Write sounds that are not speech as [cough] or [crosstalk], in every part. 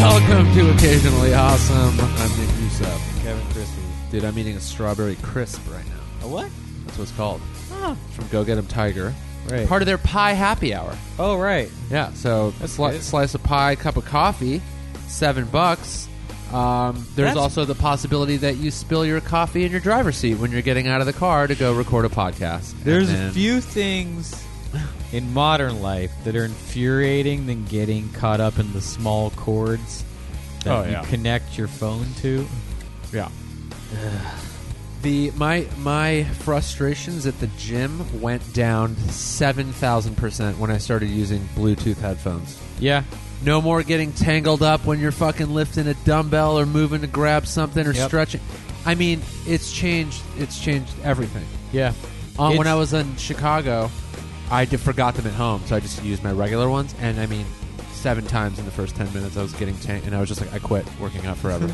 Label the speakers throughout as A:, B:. A: to Occasionally Awesome. I'm Nick Youssef.
B: Kevin Christie.
A: Dude, I'm eating a strawberry crisp right now.
B: A what?
A: That's what it's called.
B: Oh,
A: It's from Go Get 'em Tiger.
B: right.
A: Part of their pie happy hour.
B: oh, right.
A: Yeah, so a sli-
B: good.
A: slice of pie, cup of coffee, seven bucks. Um, there's
B: That's-
A: also the possibility that you spill your coffee in your driver's seat when you're getting out of the car to go record a podcast.
B: There's
A: And then-
B: few things in modern life that are infuriating than getting caught up in the small cords that
A: Oh, yeah.
B: you connect your phone to.
A: Yeah. [sighs] The my my frustrations at the gym went down seven thousand percent when I started using Bluetooth headphones.
B: Yeah.
A: No more getting tangled up when you're fucking lifting a dumbbell or moving to grab something or
B: Yep.
A: stretching. I mean, it's changed. It's changed everything.
B: Yeah.
A: Um, when
B: It's-
A: I was in Chicago, I did, forgot them at home, so I just used my regular ones. And I mean, seven times in the first ten minutes, I was getting tanked, and I was just like, I quit working out
B: [laughs]
A: forever.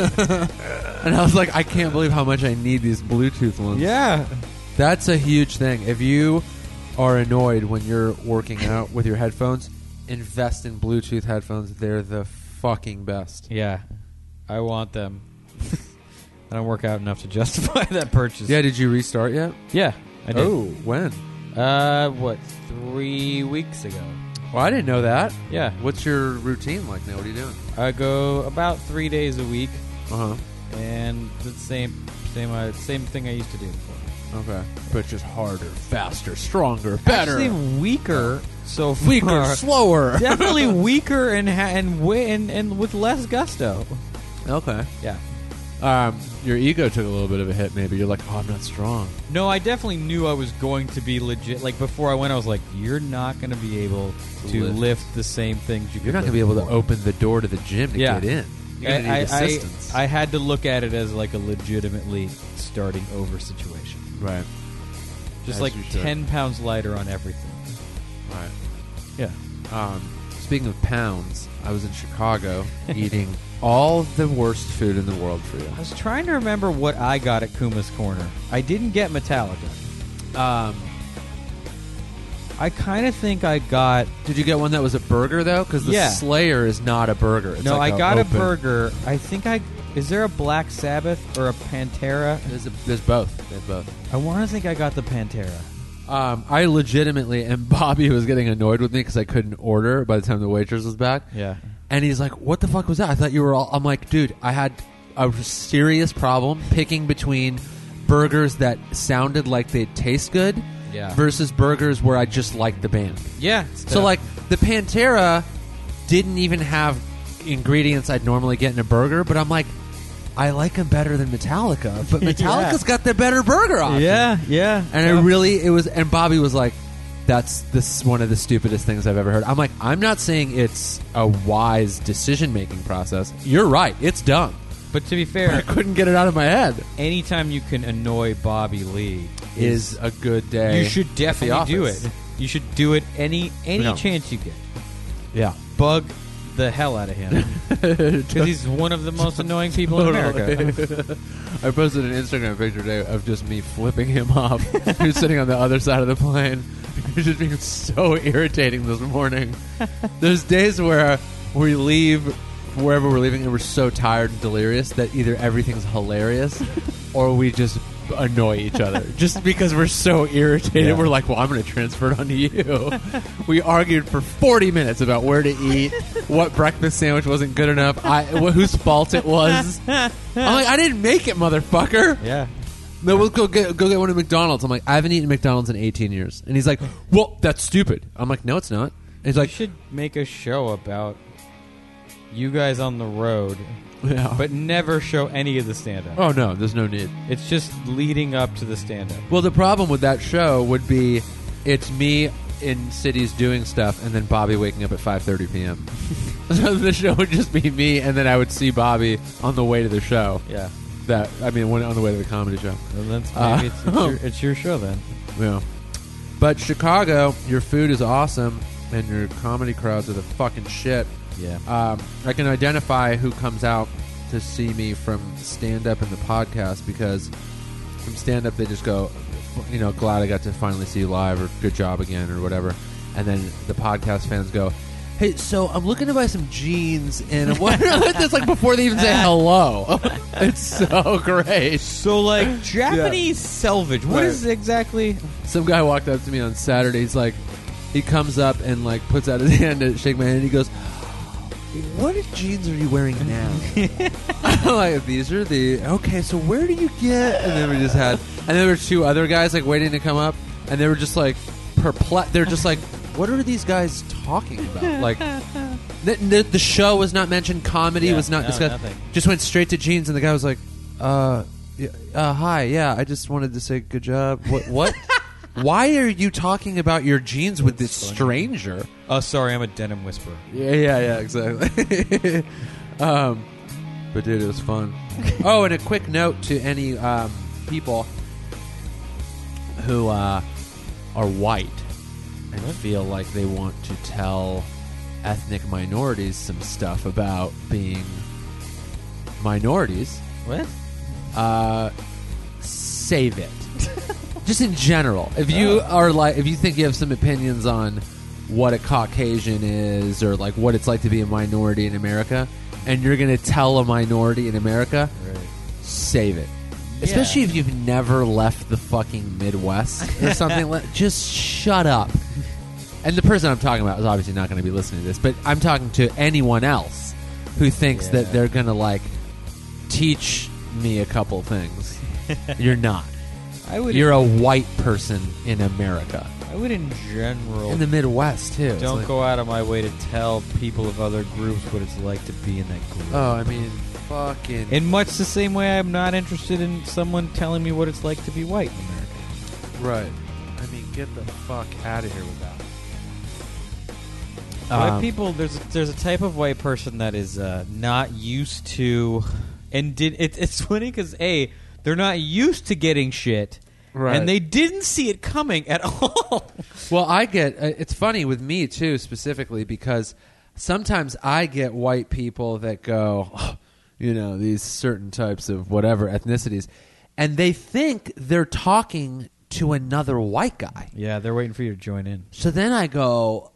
A: and I was like, I can't believe how much I need these Bluetooth ones.
B: Yeah.
A: That's a huge thing. If you are annoyed when you're working out with your headphones, invest in Bluetooth headphones. They're the fucking best.
B: Yeah. I want them. [laughs] I don't work out enough to justify [laughs] that purchase.
A: Yeah, did you restart yet?
B: Yeah. I did.
A: Oh, when?
B: Uh, what? Three weeks ago.
A: Well, I didn't know that.
B: Yeah.
A: What's your routine like now? What are you doing?
B: I go about three days a week,
A: Uh
B: Uh-huh.
A: huh.
B: and the same, same, uh, same thing I used to do before.
A: Okay. But just harder, faster, stronger, better,
B: Actually, weaker. So far.
A: weaker, slower.
B: [laughs] Definitely weaker and ha- and, wi- and and with less gusto.
A: Okay.
B: Yeah.
A: Um, your ego took a little bit of a hit. Maybe you're like, oh, I'm not strong.
B: No, I definitely knew I was going to be legit. Like before I went, I was like, "You're not going to be able
A: To
B: to
A: lift.
B: lift, the same things you.
A: You're not
B: going
A: gonna be able to open the door to the gym to
B: Yeah.
A: get in. You're gonna
B: I,
A: need
B: I-
A: assistance.
B: I had to look at it as like a legitimately starting over situation.
A: right.
B: Just
A: As
B: like
A: you should.
B: ten pounds lighter on everything.
A: Right.
B: Yeah.
A: Um, speaking of pounds, I was in Chicago
B: [laughs]
A: eating all the worst food in the world for
B: I
A: you.
B: was trying to remember what I got at Kuma's Corner. I didn't get Metallica.
A: Um,
B: I kind of think I got
A: did you get one that was a burger though? Because the
B: Yeah.
A: Slayer is not a burger. It's
B: no,
A: like
B: I got
A: open-
B: a burger. I think I is there a Black Sabbath or a Pantera?
A: There's, a, there's both. There's both.
B: I want to think I got the Pantera.
A: Um, I legitimately, and [laughs] Bobby was getting annoyed with me because I couldn't order by the time the waitress was back.
B: Yeah.
A: And he's like, "What the fuck was that?" I thought you were all. I'm like, dude, I had a serious problem picking between burgers that sounded like they taste good,
B: Yeah.
A: versus burgers where I just liked the band.
B: Yeah.
A: So like the Pantera didn't even have ingredients I'd normally get in a burger, but I'm like, I like them better than Metallica,
B: [laughs]
A: but Metallica's got the better burger option.
B: yeah, yeah,
A: And I really, it was, and Bobby was like, that's this is one of the stupidest things I've ever heard. I'm like, I'm not saying it's a wise decision making process. You're right. It's dumb. [laughs]
B: But to be
A: I
B: fair,
A: [laughs] couldn't get it out of my head.
B: anytime you can annoy Bobby Lee,
A: Is a good day.
B: you should
A: at the
B: definitely do
A: office.
B: it. You should do it any any
A: No.
B: chance you get. [laughs]
A: Yeah.
B: Bug the hell out of him
A: [laughs]
B: because he's one of the most annoying people in
A: [laughs]
B: America.
A: I posted an Instagram picture today of just me flipping him off. [laughs] He was sitting on the other side of the plane. [laughs] He was just being so irritating this
B: [laughs]
A: morning. There's days where we leave wherever we're leaving and we're so tired and delirious that either everything's
B: [laughs]
A: hilarious or we just annoy each other just because we're so irritated
B: Yeah.
A: we're like well i'm going to transfer it onto you [laughs] we argued for 40 minutes about where to
B: [laughs]
A: eat what breakfast sandwich wasn't good enough i wh- whose fault it
B: [laughs]
A: was I'm like, I didn't make it, motherfucker.
B: Yeah.
A: No, we'll go get go get one at McDonald's. I'm like, I haven't eaten McDonald's in 18 years, and he's like, Well, that's stupid. I'm like, No, it's not. And he's
B: You
A: like,
B: should make a show about you guys on the road,
A: Yeah, but
B: but never show any of the stand up.
A: oh no, there's no need.
B: It's just leading up to the stand up.
A: Well, the problem with that show would be, it's me in cities doing stuff, and then Bobby waking up at 5:30 p.m. [laughs] so the show would just be me, and then I would see Bobby on the way to the show.
B: Yeah.
A: That I mean, when, on the way to the comedy show.
B: Well, that's maybe
A: Uh,
B: it's, it's, your, it's your show then.
A: Yeah. But Chicago, your food is awesome, and your comedy crowds are the fucking shit.
B: Yeah.
A: Um, I can identify who comes out to see me from stand up and the podcast because from stand up they just go, you know, glad I got to finally see you live or good job again or whatever. And then the podcast fans go, hey, so I'm looking to buy some jeans, and I'm wondering [laughs] that's like before they even say hello. [laughs] it's so great.
B: So like Japanese salvage. What
A: Right.
B: is exactly?
A: Some guy walked up to me on Saturday. He's like, he comes up and like puts out his [laughs] hand to shake my hand. And he goes, "What jeans are you wearing
B: [laughs]
A: now?" I'm like, "These are the okay." So where do you get? And then we just had, and there were two other guys like waiting to come up, and they were just like perplexed. They're just like, "What are these guys talking about?"
B: [laughs]
A: Like. The, the, the show was not mentioned. Comedy
B: Yeah,
A: was not
B: no,
A: discussed.
B: nothing.
A: Just went straight to jeans, and the guy was like, "Uh, yeah, uh, hi, yeah. I just wanted to say good job. What? [laughs] What? Why are you talking about your jeans with this stranger?"
B: Oh, sorry, I'm a denim whisperer.
A: Yeah, yeah, yeah, exactly. [laughs] um, but dude, it was fun. [laughs] oh, and a quick note to any um, people who uh, are white and feel like they want to tell ethnic minorities some stuff about being minorities
B: What?
A: uh, save it. [laughs] Just in general, if you are like, if you think you have some opinions on what a Caucasian is or like what it's like to be a minority in America, and you're going to tell a minority in America, save it. Especially if you've never left the fucking Midwest
B: [laughs]
A: or something. like, just shut up. And the person I'm talking about is obviously not going to be listening to this, but I'm talking to anyone else who thinks
B: Yeah.
A: that they're going to like teach me a couple
B: [laughs]
A: things. You're not.
B: I would.
A: You're a white person in America,
B: I would in general
A: in the Midwest too. It's
B: don't
A: like-
B: go out of my way to tell people of other groups what it's like to be in that group.
A: Oh, I mean, fucking.
B: in much the same way, I'm not interested in someone telling me what it's like to be white in America.
A: right. I mean, get the fuck out of here with that.
B: white people, there's a, there's a type of white person that is uh, not used to, and did it, it's funny because a they're not used to getting shit,
A: Right.
B: and they didn't see it coming at [laughs] all.
A: Well, I get uh, it's funny with me too, specifically because sometimes I get white people that go, "Oh, you know, these certain types of whatever ethnicities, and they think they're talking to another white guy.
B: yeah, they're waiting for you to join in.
A: So then I go,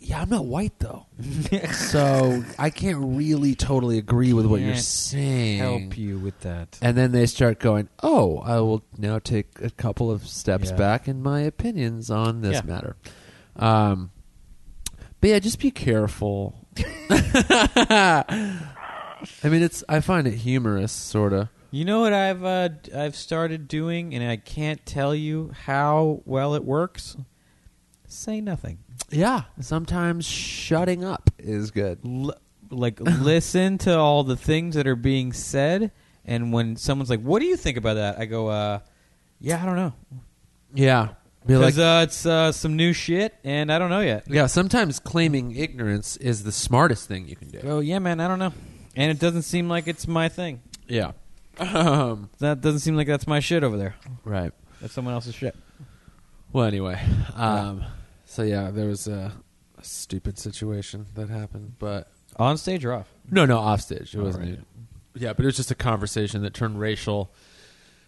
A: yeah, I'm not white though,
B: [laughs]
A: so I can't really totally agree with what you're
B: Can't
A: saying.
B: Help you with that.
A: And then they start going, oh, I will now take a couple of steps
B: Yeah.
A: back in my opinions on this
B: Yeah.
A: matter. Um, but yeah, just be careful. I mean, it's I find it humorous, sort of.
B: You know what I've uh, d- I've started doing, and I can't tell you how well it works. Say nothing.
A: Yeah, sometimes shutting up is good.
B: L- like [laughs] listen to all the things that are being said, and when someone's like, "What do you think about that?" I go, uh, "Yeah, I don't know."
A: Yeah, be like,
B: Because uh, it's uh, some new shit, and I don't know yet.
A: yeah. Sometimes claiming ignorance is the smartest thing you can do.
B: Oh yeah, man, I don't know, and it doesn't seem like it's my thing.
A: Yeah, [laughs] um,
B: That doesn't seem like that's my shit over there.
A: right.
B: That's someone else's shit.
A: Well, anyway, um, so yeah, there was a, a stupid situation that happened, but
B: On stage or off?
A: no, no, offstage. It
B: Oh,
A: wasn't.
B: right.
A: even- Yeah, but it was just a conversation that turned racial,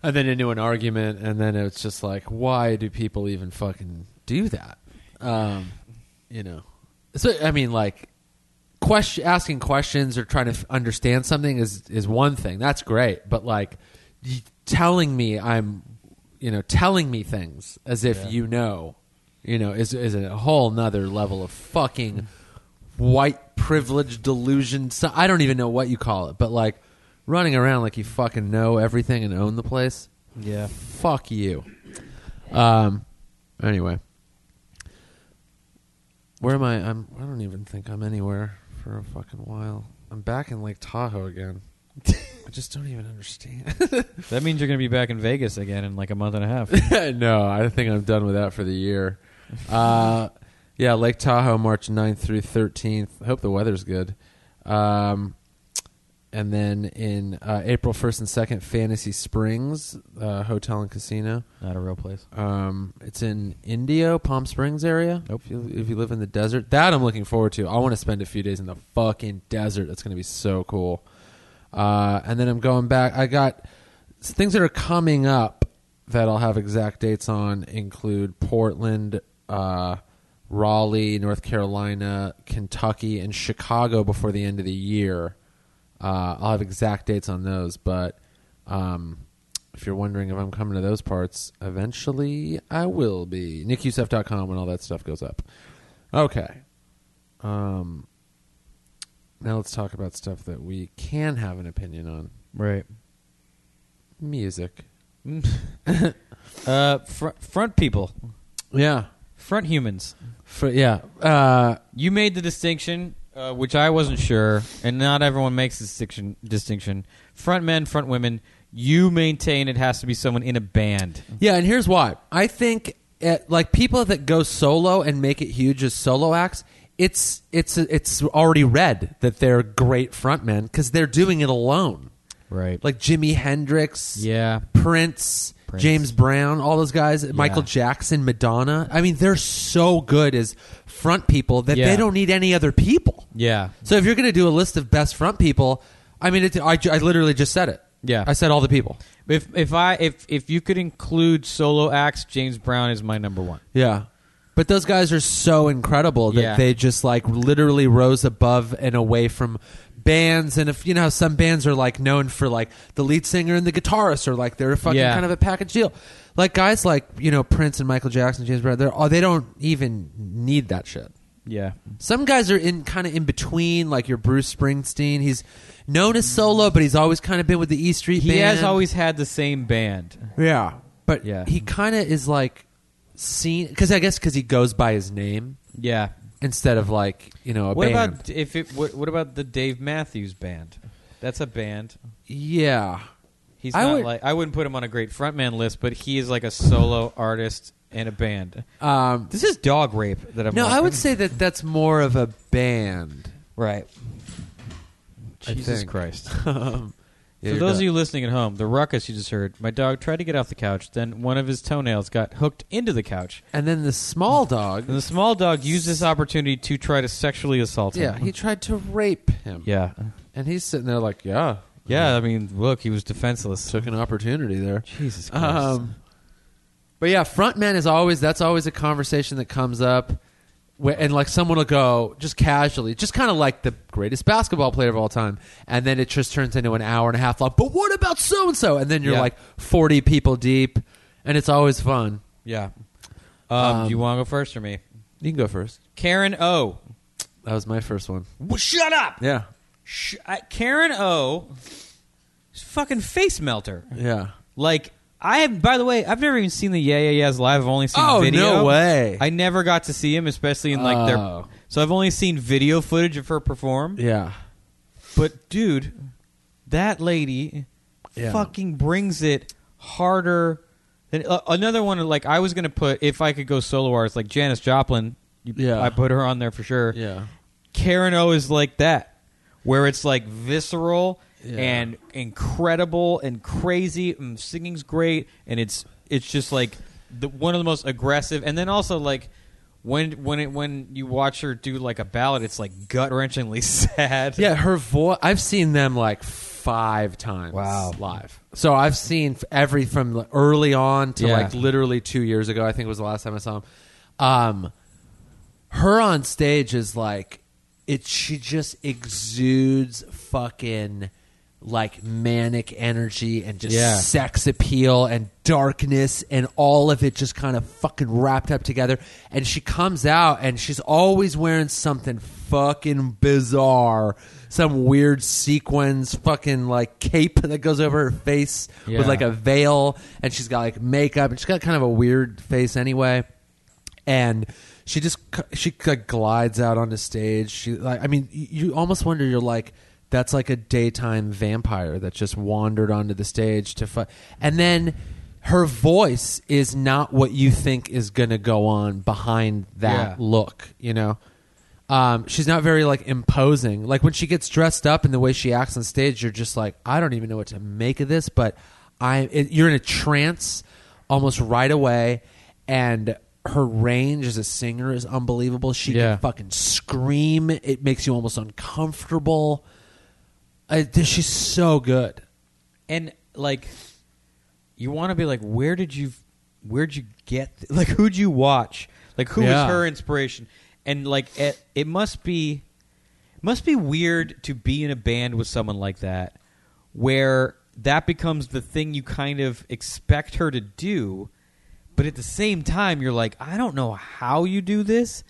A: and then into an argument, and then it's just like, why do people even fucking do that? Um, you know, so I mean, like, question asking questions or trying to f- understand something is is one thing. That's great, but like, y- telling me I'm, you know, telling me things as if
B: Yeah.
A: you know, you know, is is a whole nother level of fucking white privilege delusion. So I don't even know what you call it, but like running around like you fucking know everything and own the place.
B: Yeah.
A: Fuck you. Um. Anyway, where am I? I'm. I don't even think I'm anywhere for a fucking while. I'm back in Lake Tahoe again. [laughs] I just don't even understand.
B: That means you're gonna be back in Vegas again in like a month and a [laughs] half.
A: [laughs] no, I think I'm done with that for the year. Uh, yeah, Lake Tahoe, March 9th through 13th. I hope the weather's good. Um, and then in uh, April 1st and 2nd, Fantasy Springs uh, Hotel and Casino.
B: Not a real place.
A: Um, it's in Indio, Palm Springs area.
B: Nope.
A: If you, if you live in the desert, that I'm looking forward to. I want to spend a few days in the fucking desert. That's going to be so cool. Uh, and then I'm going back. I got s- things that are coming up that I'll have exact dates on. Include Portland, uh, Raleigh, North Carolina, Kentucky, and Chicago before the end of the year. Uh, I'll have exact dates on those, but um, if you're wondering if I'm coming to those parts, eventually I will be. NickYousef.com when all that stuff goes up. Okay. Um, now let's talk about stuff that we can have an opinion on.
B: Right.
A: Music.
B: uh, fr- front people,
A: Yeah.
B: front humans.
A: For, yeah. Uh,
B: You made the distinction, uh, which I wasn't sure, and not everyone makes this distinction. Distinction: front men, front women. You maintain it has to be someone in a band.
A: Yeah, and here's why. I think uh like people that go solo and make it huge as solo acts, it's it's it's already read that they're great frontmen because they're doing it alone.
B: Right.
A: Like Jimi Hendrix,
B: Yeah.
A: Prince,
B: Prince.
A: James Brown, all those guys, Michael Jackson, Madonna. I mean, they're so good as front people that
B: Yeah.
A: they don't need any other people.
B: Yeah.
A: So if you're going to do a list of best front people, I mean, it, I, ju- I literally just said it.
B: Yeah.
A: I said all the people.
B: If if I if if you could include solo acts, James Brown is my number one.
A: Yeah. But those guys are so incredible that
B: Yeah.
A: they just like literally rose above and away from bands. And if you know, how some bands are like known for like the lead singer and the guitarist, or like they're a fucking
B: Yeah.
A: kind of a package deal. Like guys like you know Prince and Michael Jackson, James Brown, they're all, they don't even need that shit.
B: Yeah.
A: Some guys are in kind of in between, like your Bruce Springsteen. He's known as solo, but he's always kind of been with the E Street.
B: He
A: band.
B: has always had the same band.
A: Yeah, but
B: Yeah.
A: he kind of is like seen because I guess because he goes by his name
B: Yeah.
A: instead of like you know a
B: What
A: band.
B: about if it? What, what about the Dave Matthews Band? That's a band.
A: yeah,
B: He's
A: I
B: not
A: would-
B: like I wouldn't put him on a great frontman list, but he is like a solo artist and a band.
A: um,
B: This is dog rape that I'm.
A: no, I
B: watching.
A: would say that that's more of a band.
B: right.
A: I
B: Jesus
A: think.
B: Christ!
A: um, yeah,
B: [laughs] For
A: you're
B: those of
A: done.
B: you listening at home, the ruckus you just heard. My dog tried to get off the couch, then one of his toenails got hooked into the couch,
A: and then the small dog.
B: [laughs] and the small dog used this opportunity to try to sexually assault him.
A: yeah, he tried to rape him.
B: yeah,
A: and he's sitting there like, yeah,
B: yeah. I mean, look, he was defenseless.
A: took an opportunity there.
B: Jesus Christ!
A: Um, but yeah, frontman is always that's always a conversation that comes up, wh- and like someone will go just casually, just kind of like the greatest basketball player of all time, and then it just turns into an hour and a half long. But what about so and so? And then you're
B: Yeah.
A: like forty people deep, and it's always fun.
B: yeah. Um,
A: um,
B: do you want to go first or me?
A: You can go first.
B: Karen O.
A: That was my first one.
B: Well, shut up.
A: Yeah,
B: Sh- I, Karen O. is fucking face melter.
A: yeah.
B: Like I have. By the way, I've never even seen the Yeah Yeah Yeahs live. I've only seen
A: Oh,
B: video.
A: no way.
B: I never got to see him, especially in like
A: Oh.
B: their. So I've only seen video footage of her perform.
A: yeah,
B: But dude, that lady
A: Yeah.
B: fucking brings it harder. Than, uh, another one like I was gonna put if I could go solo artist like Janis Joplin. You,
A: Yeah.
B: I put her on there for sure.
A: yeah,
B: Karen O is like that, where it's like visceral
A: Yeah.
B: and incredible and crazy. And singing's great, and it's it's just like the, one of the most aggressive. And then also like when when it, when you watch her do like a ballad, it's like gut wrenchingly [laughs] sad.
A: yeah. Her voice. I've seen them like five times.
B: Wow.
A: live. So I've seen f- every from like, early on to
B: Yeah.
A: like literally two years ago. I think was the last time I saw him. Um, her on stage is like it. She just exudes fucking like manic energy and just
B: Yeah.
A: sex appeal and darkness and all of it just kind of fucking wrapped up together. And she comes out and she's always wearing something fucking bizarre. Some weird sequins, fucking like cape that goes over her face
B: Yeah.
A: with like a veil. And she's got like makeup and she's got kind of a weird face anyway. And she just, she like glides out onto stage. She, like, I mean, you you almost wonder, you're like, that's like a daytime vampire that just wandered onto the stage to fight. And then her voice is not what you think is going to go on behind that
B: Yeah.
A: look, you know? Um, she's not very like imposing. Like when she gets dressed up and the way she acts on stage, you're just like, I don't even know what to make of this, but I it, you're in a trance almost right away and her range as a singer is unbelievable. She
B: Yeah.
A: can fucking scream. It makes you almost uncomfortable. I, th- she's so good.
B: and like [laughs] you want to be like where did you where'd you get th- like who'd you watch Like who was
A: Yeah.
B: her inspiration? And like it, it must be must be weird to be in a band with someone like that where that becomes the thing you kind of expect her to do but at the same time you're like I don't know how you do this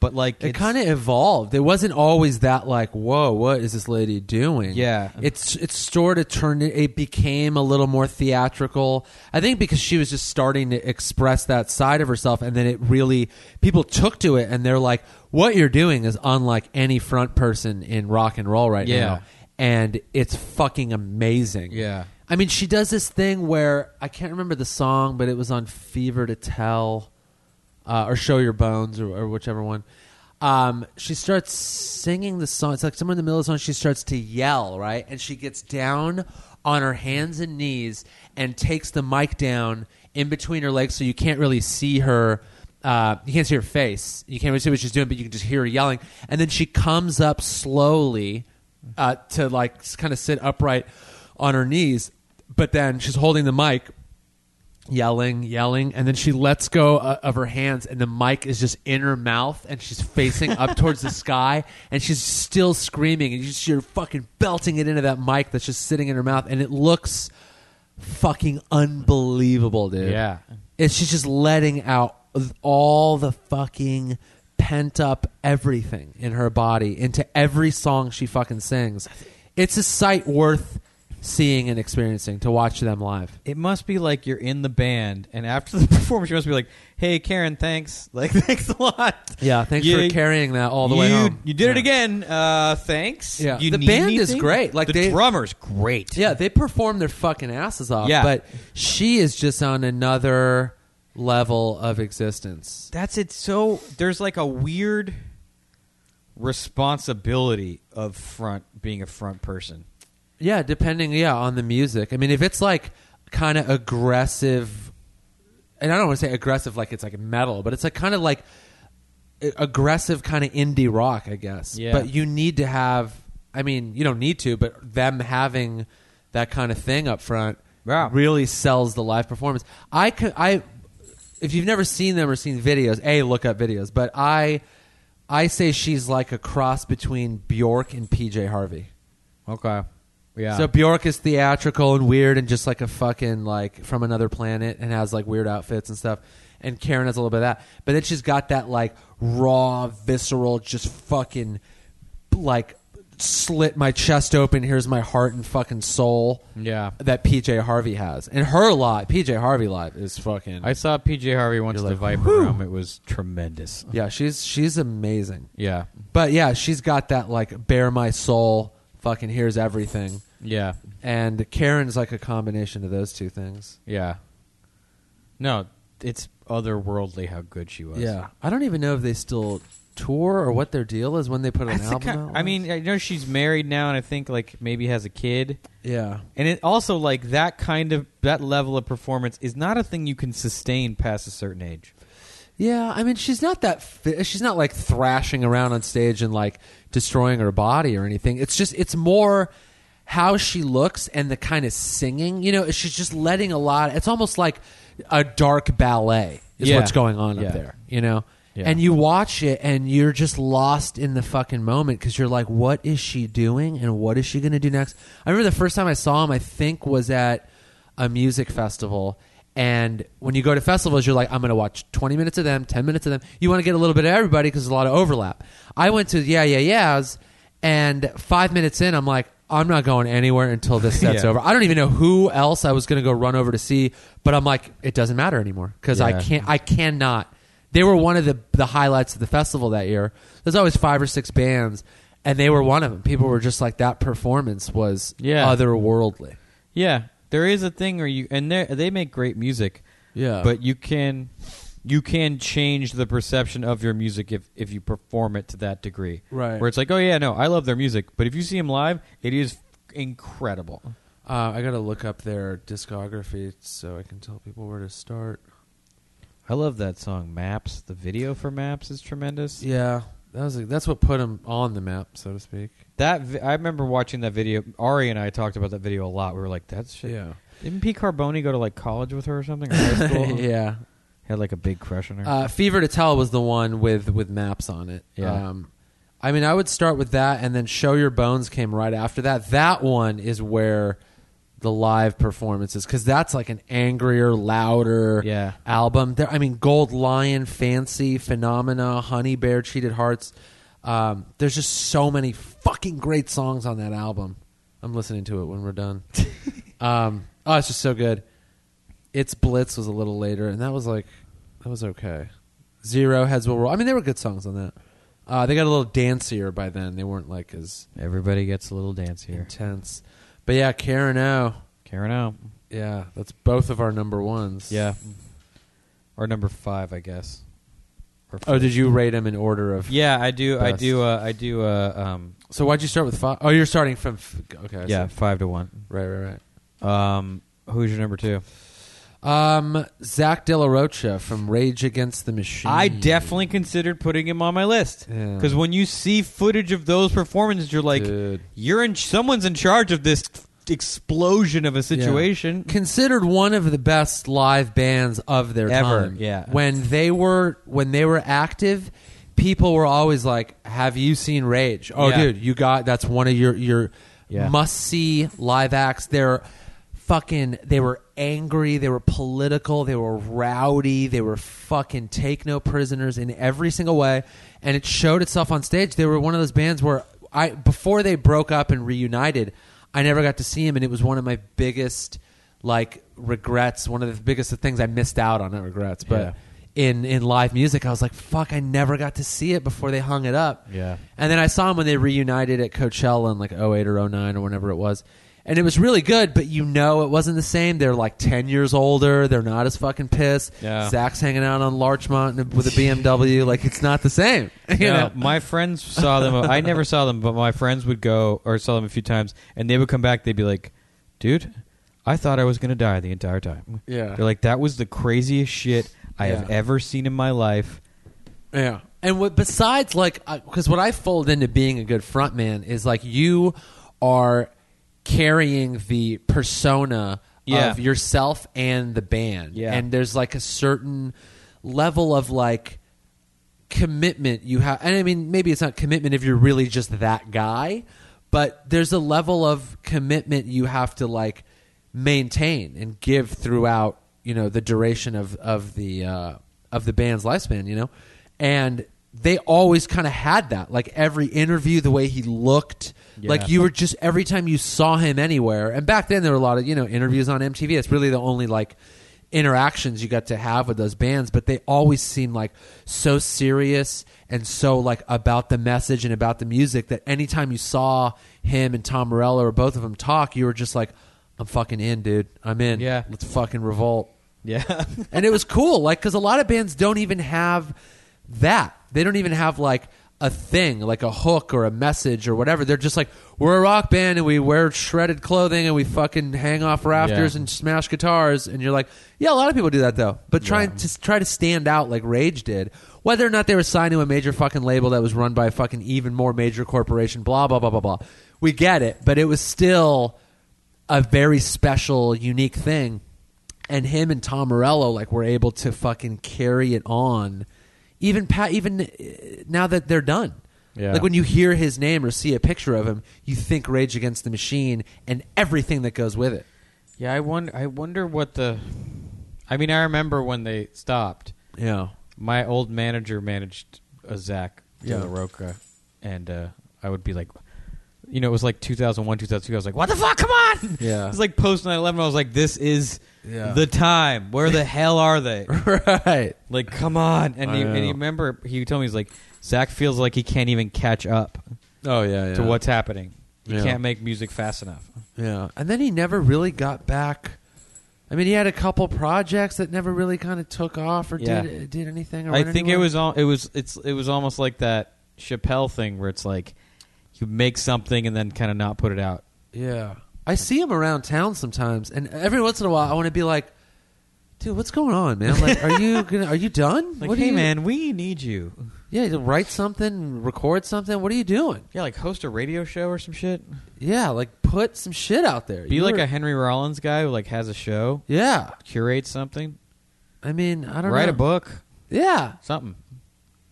B: but like
A: It
B: it's-
A: kind of evolved. It wasn't always that like, whoa, what is this lady doing?
B: Yeah.
A: it's it sort of turned. It, it became a little more theatrical. I think because she was just starting to express that side of herself, and then it really people took to it, and they're like, "What you're doing is unlike any front person in rock and roll right
B: Yeah.
A: now," and it's fucking amazing.
B: Yeah.
A: I mean, she does this thing where I can't remember the song, but it was on Fever to Tell uh, or Show Your Bones or, or whichever one. Um, she starts singing the song. It's like someone in the middle of the song, she starts to yell, right? And she gets down on her hands and knees and takes the mic down in between her legs so you can't really see her. Uh, you can't see her face. You can't really see what she's doing, but you can just hear her yelling. And then she comes up slowly uh, to like kind of sit upright on her knees, but then she's holding the mic, yelling, yelling, and then she lets go uh, of her hands, and the mic is just in her mouth, and she's facing up towards the sky, and she's still screaming, and you just- you're fucking belting it into that mic that's just sitting in her mouth, and it looks fucking unbelievable, dude.
B: Yeah.
A: And she's just letting out all the fucking pent up everything in her body into every song she fucking sings. It's a sight worth seeing and experiencing to watch them live.
B: It must be like you're in the band, and after the [laughs] performance, you must be like, "Hey, Karen, thanks. [laughs] Like, thanks a lot.
A: Yeah, thanks
B: You-
A: for carrying that all the way
B: you-
A: home.
B: You did it
A: Yeah.
B: again. Uh, thanks.
A: Yeah.
B: You
A: The
B: need
A: band is
B: anything?
A: great. Like,
B: the
A: they-
B: drummer's great.
A: Yeah, they perform their fucking asses off.
B: Yeah.
A: But she is just on another level of existence.
B: that's it. So there's like a weird responsibility of front being a front person.
A: Yeah, depending, yeah, on the music. I mean, if it's like kind of aggressive, and I don't want to say aggressive like it's like metal, but it's like kind of like a- aggressive kind of indie rock, I guess.
B: Yeah.
A: But you need to have, I mean, you don't need to, but them having that kind of thing up front
B: Yeah.
A: really sells the live performance. I could, I, if you've never seen them or seen videos, a look up videos. But I, I say she's like a cross between Bjork and PJ Harvey.
B: Okay. Yeah.
A: So Bjork is theatrical and weird and just like a fucking like from another planet and has like weird outfits and stuff. And Karen has a little bit of that. But then she's got that like raw, visceral, just fucking like slit my chest open, here's my heart and fucking soul.
B: Yeah.
A: That PJ Harvey has. And her live PJ Harvey live is fucking
B: I saw PJ Harvey once at the Viper Room. It was tremendous.
A: Yeah, she's she's amazing.
B: Yeah.
A: But yeah, she's got that like bare my soul, fucking here's everything.
B: Yeah.
A: And Karen's like a combination of those two things.
B: Yeah. No, it's otherworldly how good she was.
A: Yeah, I don't even know if they still tour or what their deal is when they put an
B: That's the
A: album
B: kind-
A: out.
B: I mean, I know she's married now, and I think like maybe has a kid.
A: yeah,
B: And it also like that kind of that level of performance is not a thing you can sustain past a certain age.
A: yeah. I mean, she's not that. Fi- she's not like thrashing around on stage and like destroying her body or anything. It's just it's more how she looks and the kind of singing. You know, she's just letting a lot. It's almost like a dark ballet is
B: Yeah.
A: what's going on
B: Yeah.
A: up there. You know.
B: Yeah.
A: And you watch it and you're just lost in the fucking moment because you're like, what is she doing and what is she going to do next? I remember the first time I saw him, I think, was at a music festival. And when you go to festivals, you're like, I'm going to watch 20 minutes of them, 10 minutes of them. You want to get a little bit of everybody because there's a lot of overlap. I went to Yeah, Yeah, Yeahs, and five minutes in, I'm like, I'm not going anywhere until
B: [laughs]
A: this set's
B: Yeah.
A: over. I don't even know who else I was going to go run over to see, but I'm like, it doesn't matter anymore because
B: Yeah.
A: I can't, I cannot they were one of the the highlights of the festival that year. There's always five or six bands, and they were one of them. People were just like that performance was
B: Yeah.
A: otherworldly.
B: Yeah, there is a thing where you and they they make great music.
A: Yeah.
B: but you can you can change the perception of your music if if you perform it to that degree.
A: Right.
B: where it's like, oh yeah, no, I love their music, but if you see them live, it is incredible.
A: Uh, I gotta look up their discography so I can tell people where to start.
B: I love that song Maps. The video for Maps is tremendous.
A: Yeah, that was that's what put them on the map, so to speak.
B: That vi- I remember watching that video. Ari and I talked about that video a lot. We were like, "That's shit."
A: Yeah, [laughs]
B: Didn't P Carboni go to like college with her or something? Or high school?
A: yeah.
B: had like a big crush on her.
A: Uh, Fever to Tell was the one with with maps on it.
B: Yeah.
A: Um, I mean, I would start with that, and then Show Your Bones came right after that. That one is where the live performances, because that's like an angrier, louder
B: Yeah.
A: album. There, I mean, Gold Lion, Fancy, Phenomena, Honey Bear, Cheated Hearts. Um, there's just so many fucking great songs on that album. I'm listening to it when we're done. um, oh, it's just so good. It's Blitz was a little later, and that was like that was okay. Zero Heads Will Roll. I mean, there were good songs on that. Uh, they got a little dancier by then. They weren't like as
B: Everybody gets a little dance here.
A: intense. But yeah, Karen O.
B: Karen O.
A: Yeah, that's both of our number ones.
B: Yeah. Or number five, I guess. Or
A: Oh,
B: four.
A: did you rate them in order of?
B: yeah, I do. I
A: Best.
B: do. Uh, I do. Uh, um,
A: So why'd you start with five? Oh, you're starting from. F- okay. I see.
B: yeah, five to one.
A: Right. Right.
B: Um, who's your number two?
A: Right. Um, Zach De La Rocha from Rage Against the Machine.
B: I definitely considered putting him on my list
A: Yeah.
B: because when you see footage of those performances, you're like,
A: Dude.
B: you're in. Someone's in charge of this explosion of a situation. [laughs]
A: considered one of the best live bands of their
B: Ever,
A: time.
B: yeah.
A: When they were when they were active, people were always like, "Have you seen Rage? Oh,
B: Yeah.
A: dude, you got that's one of your your
B: Yeah.
A: must see live acts." They're fucking. They were angry. They were political. They were rowdy. They were fucking take no prisoners in every single way, and it showed itself on stage. They were one of those bands where I before they broke up and reunited. I never got to see him, and it was one of my biggest like regrets. One of the biggest things I missed out on, not regrets, but in in live music, I was like, "Fuck!" I never got to see it before they hung it up.
B: Yeah.
A: And then I saw him when they reunited at Coachella in like 08 or 09 or whenever it was. And it was really good, but you know it wasn't the same. They're like 10 years older. They're not as fucking pissed.
B: Yeah.
A: Zach's hanging out on Larchmont with a BMW. [laughs] like, it's not the same. [laughs] You
B: Yeah,
A: know?
B: my friends saw them. I never saw them, but my friends would go or saw them a few times, and they would come back. They'd be like, "Dude, I thought I was gonna die the entire time."
A: Yeah.
B: they're like, "That was the craziest shit I have
A: Yeah.
B: ever seen in my life."
A: Yeah. And what besides like because what I fold into being a good frontman is like you are carrying the persona
B: Yeah.
A: of yourself and the band.
B: Yeah.
A: And there's like a certain level of like commitment you have and I mean maybe it's not commitment if you're really just that guy, but there's a level of commitment you have to like maintain and give throughout, you know, the duration of of the uh of the band's lifespan, you know? And they always kind of had that. Like every interview, the way he looked,
B: Yeah.
A: like you were just every time you saw him anywhere. And back then, there were a lot of you know interviews on MTV. That's really the only like interactions you got to have with those bands. But they always seemed like so serious and so like about the message and about the music that anytime you saw him and Tom Morello or both of them talk, you were just like, "I'm fucking in, dude. I'm in.
B: Yeah.
A: let's fucking revolt." [laughs]
B: Yeah,
A: and it was cool like because a lot of bands don't even have that they don't even have like a thing like a hook or a message or whatever they're just like we're a rock band and we wear shredded clothing and we fucking hang off rafters
B: Yeah.
A: and smash guitars and you're like yeah a lot of people do that though but trying to try to stand out like rage did whether or not they were signed to a major fucking label that was run by a fucking even more major corporation blah blah blah blah blah we get it but it was still a very special, unique thing. And him and Tom Morello like were able to fucking carry it on, even pa- even uh, now that they're done.
B: Yeah.
A: Like when you hear his name or see a picture of him, you think Rage Against the Machine and everything that goes with it.
B: yeah. I wonder. I wonder what the. I mean, I remember when they stopped.
A: Yeah,
B: my old manager managed a Zach De
A: Yeah.
B: La Roca, and uh, I would be like, you know, it was like 2001, 2002. I was like, what the fuck? Come on!
A: Yeah.
B: it was like post 9 11. I was like, this is
A: Yeah.
B: the time. Where the hell
A: [laughs]
B: are they?
A: right.
B: Like, come on! And
A: I
B: he, and
A: know.
B: you remember he told me he's like, Zach feels like he can't even catch up
A: Oh yeah,
B: to what's happening. He
A: Yeah.
B: can't make music fast enough.
A: Yeah, and then he never really got back. I mean, he had a couple projects that never really kind of took off or
B: Yeah.
A: did did anything. Or
B: I
A: went
B: think it
A: anywhere.
B: was all, it was it's it was almost like that Chappelle thing where it's like you make something and then kind of not put it out.
A: Yeah. I see him around town sometimes, and every once in a while, I want to be like, "Dude, what's going on, man? Like, are
B: [laughs]
A: you gonna, are you done?
B: Like,
A: what
B: hey
A: are you,
B: man, we need you.
A: Yeah, to write something, record something. What are you doing?
B: Yeah, like host a radio show or some shit.
A: Yeah, like put some shit out there.
B: Be
A: You
B: like
A: were-
B: a Henry Rollins guy who like has a show,
A: yeah,
B: curates something.
A: I mean, I don't
B: Write
A: know.
B: a book,
A: Yeah,
B: something.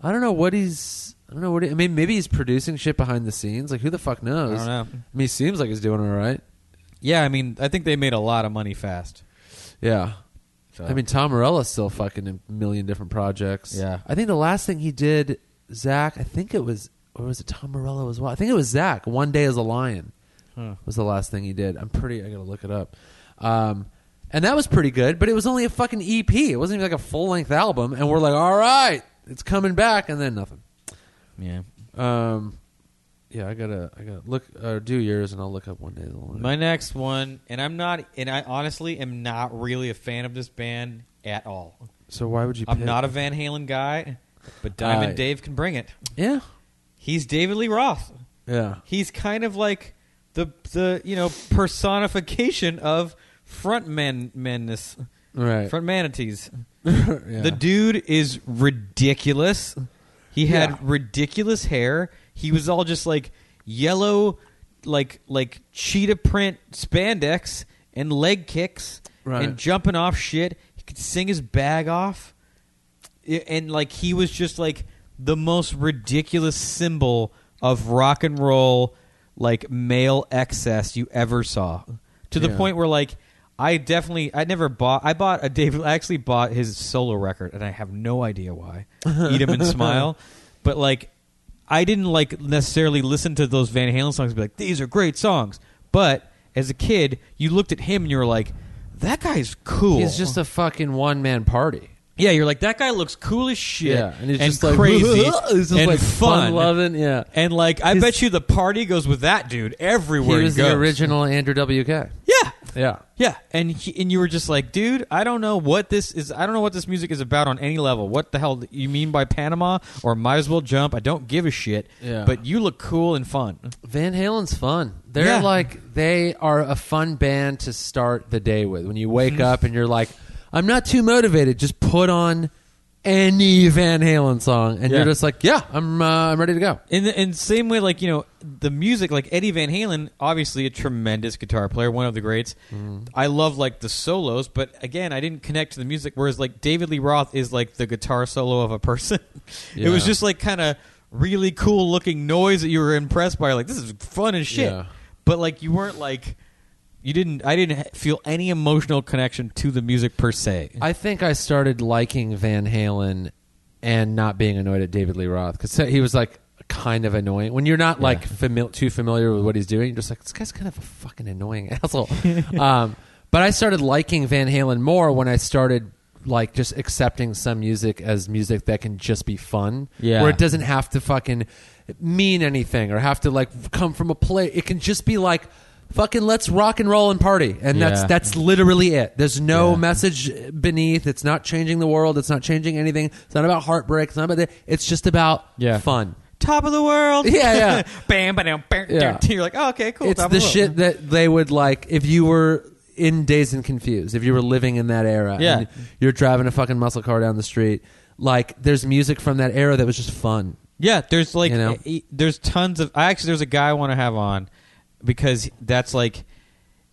A: I don't know what he's. I don't know what. He, I mean, maybe he's producing shit behind the scenes. Like, who the fuck
B: I
A: knows?
B: don't know.
A: I mean, he seems like he's doing all right.
B: Yeah, I mean, I think they made a lot of money fast.
A: Yeah.
B: So.
A: I mean, Tom Morello's still fucking in a million different projects.
B: Yeah.
A: I think the last thing he did, Zach, I think it was, or was it Tom Morello as well? I think it was Zach. One Day as a Lion
B: Huh.
A: was the last thing he did. I'm pretty, I gotta look it up. Um, and that was pretty good, but it was only a fucking EP. It wasn't even like a full length album. And we're like, all right, it's coming back, and then nothing.
B: yeah.
A: Um, yeah, I gotta, I gotta look, uh, do yours, and I'll look up One Day as a Lion.
B: My next one, and I'm not, and I honestly am not really a fan of this band at all.
A: so why would you?
B: I'm
A: pick-
B: not a Van Halen guy, but Diamond
A: Uh,
B: Dave can bring it.
A: Yeah.
B: He's David Lee Roth.
A: Yeah.
B: He's kind of like the the you know personification of front man manness,
A: Right.
B: front manatees.
A: Yeah.
B: The dude is ridiculous. He had
A: Yeah.
B: ridiculous hair. He was all just like yellow, like like cheetah print spandex and leg kicks
A: Right.
B: and jumping off shit. He could sing his bag off, I- and like he was just like the most ridiculous symbol of rock and roll, like male excess you ever saw. To the
A: Yeah.
B: point where like I definitely I never bought I bought a David I actually bought his solo record and I have no idea why. Eat 'em and
A: [laughs]
B: smile. But like I didn't like necessarily listen to those Van Halen songs and be like, these are great songs. But as a kid, you looked at him and you were like, that guy's cool.
A: He's just a fucking one man party.
B: Yeah, you're like, that guy looks cool as shit.
A: Yeah, and he's just like [laughs]
B: crazy
A: he's just
B: and
A: like
B: fun.
A: loving. Yeah,
B: and like I
A: His-
B: bet you the party goes with that dude
A: he
B: everywhere
A: was
B: he goes.
A: the original Andrew WK.
B: Yeah.
A: Yeah,
B: Yeah, and he, and you were just like, dude, I don't know what this is. I don't know what this music is about on any level. What the hell do you mean by Panama or might as well jump? I don't give a shit.
A: Yeah.
B: But you look cool and fun.
A: Van Halen's fun. They're
B: Yeah.
A: like they are a fun band to start the day with. When you wake
B: Mm-hmm.
A: up and you're like, I'm not too motivated. Just put on any Van Halen song, and
B: Yeah.
A: you're just like, yeah, I'm uh, I'm ready to go.
B: In the in same way, like you know, the music, like Eddie Van Halen, obviously a tremendous guitar player, one of the greats.
A: Mm-hmm.
B: I love like the solos, but again, I didn't connect to the music. Whereas like David Lee Roth is like the guitar solo of a person. [laughs] It was
A: Yeah.
B: just like kind of really cool looking noise that you were impressed by. Like this is fun as shit,
A: Yeah.
B: but like you weren't like you didn't. I didn't ha- feel any emotional connection to the music per se.
A: I think I started liking Van Halen and not being annoyed at David Lee Roth because he was like kind of annoying. When you're not like fami- too familiar with what he's doing, you're just like, this guy's kind of a fucking annoying [laughs] asshole. um, but I started liking Van Halen more when I started like just accepting some music as music that can just be fun.
B: Yeah.
A: Where it doesn't have to fucking mean anything or have to like come from a play. It can just be like, fucking let's rock and roll and party. And that's,
B: Yeah.
A: that's, that's literally it. There's no
B: Yeah.
A: message beneath. It's not changing the world. It's not changing anything. It's not about heartbreak. It's not about that. It's just about
B: Yeah.
A: fun.
B: Top of the world,
A: Yeah, yeah.
B: [laughs] bam, bam, bam,
A: Yeah.
B: bam. You're like, oh, okay, cool.
A: it's
B: top
A: the
B: of world.
A: shit that they would like if you were in Days and Confused, if you were living in that era.
B: Yeah.
A: and you're driving a fucking muscle car down the street. Like there's music from that era that was just fun.
B: Yeah, there's like
A: You know?
B: e- there's tons of I actually there's a guy I want to have on because that's like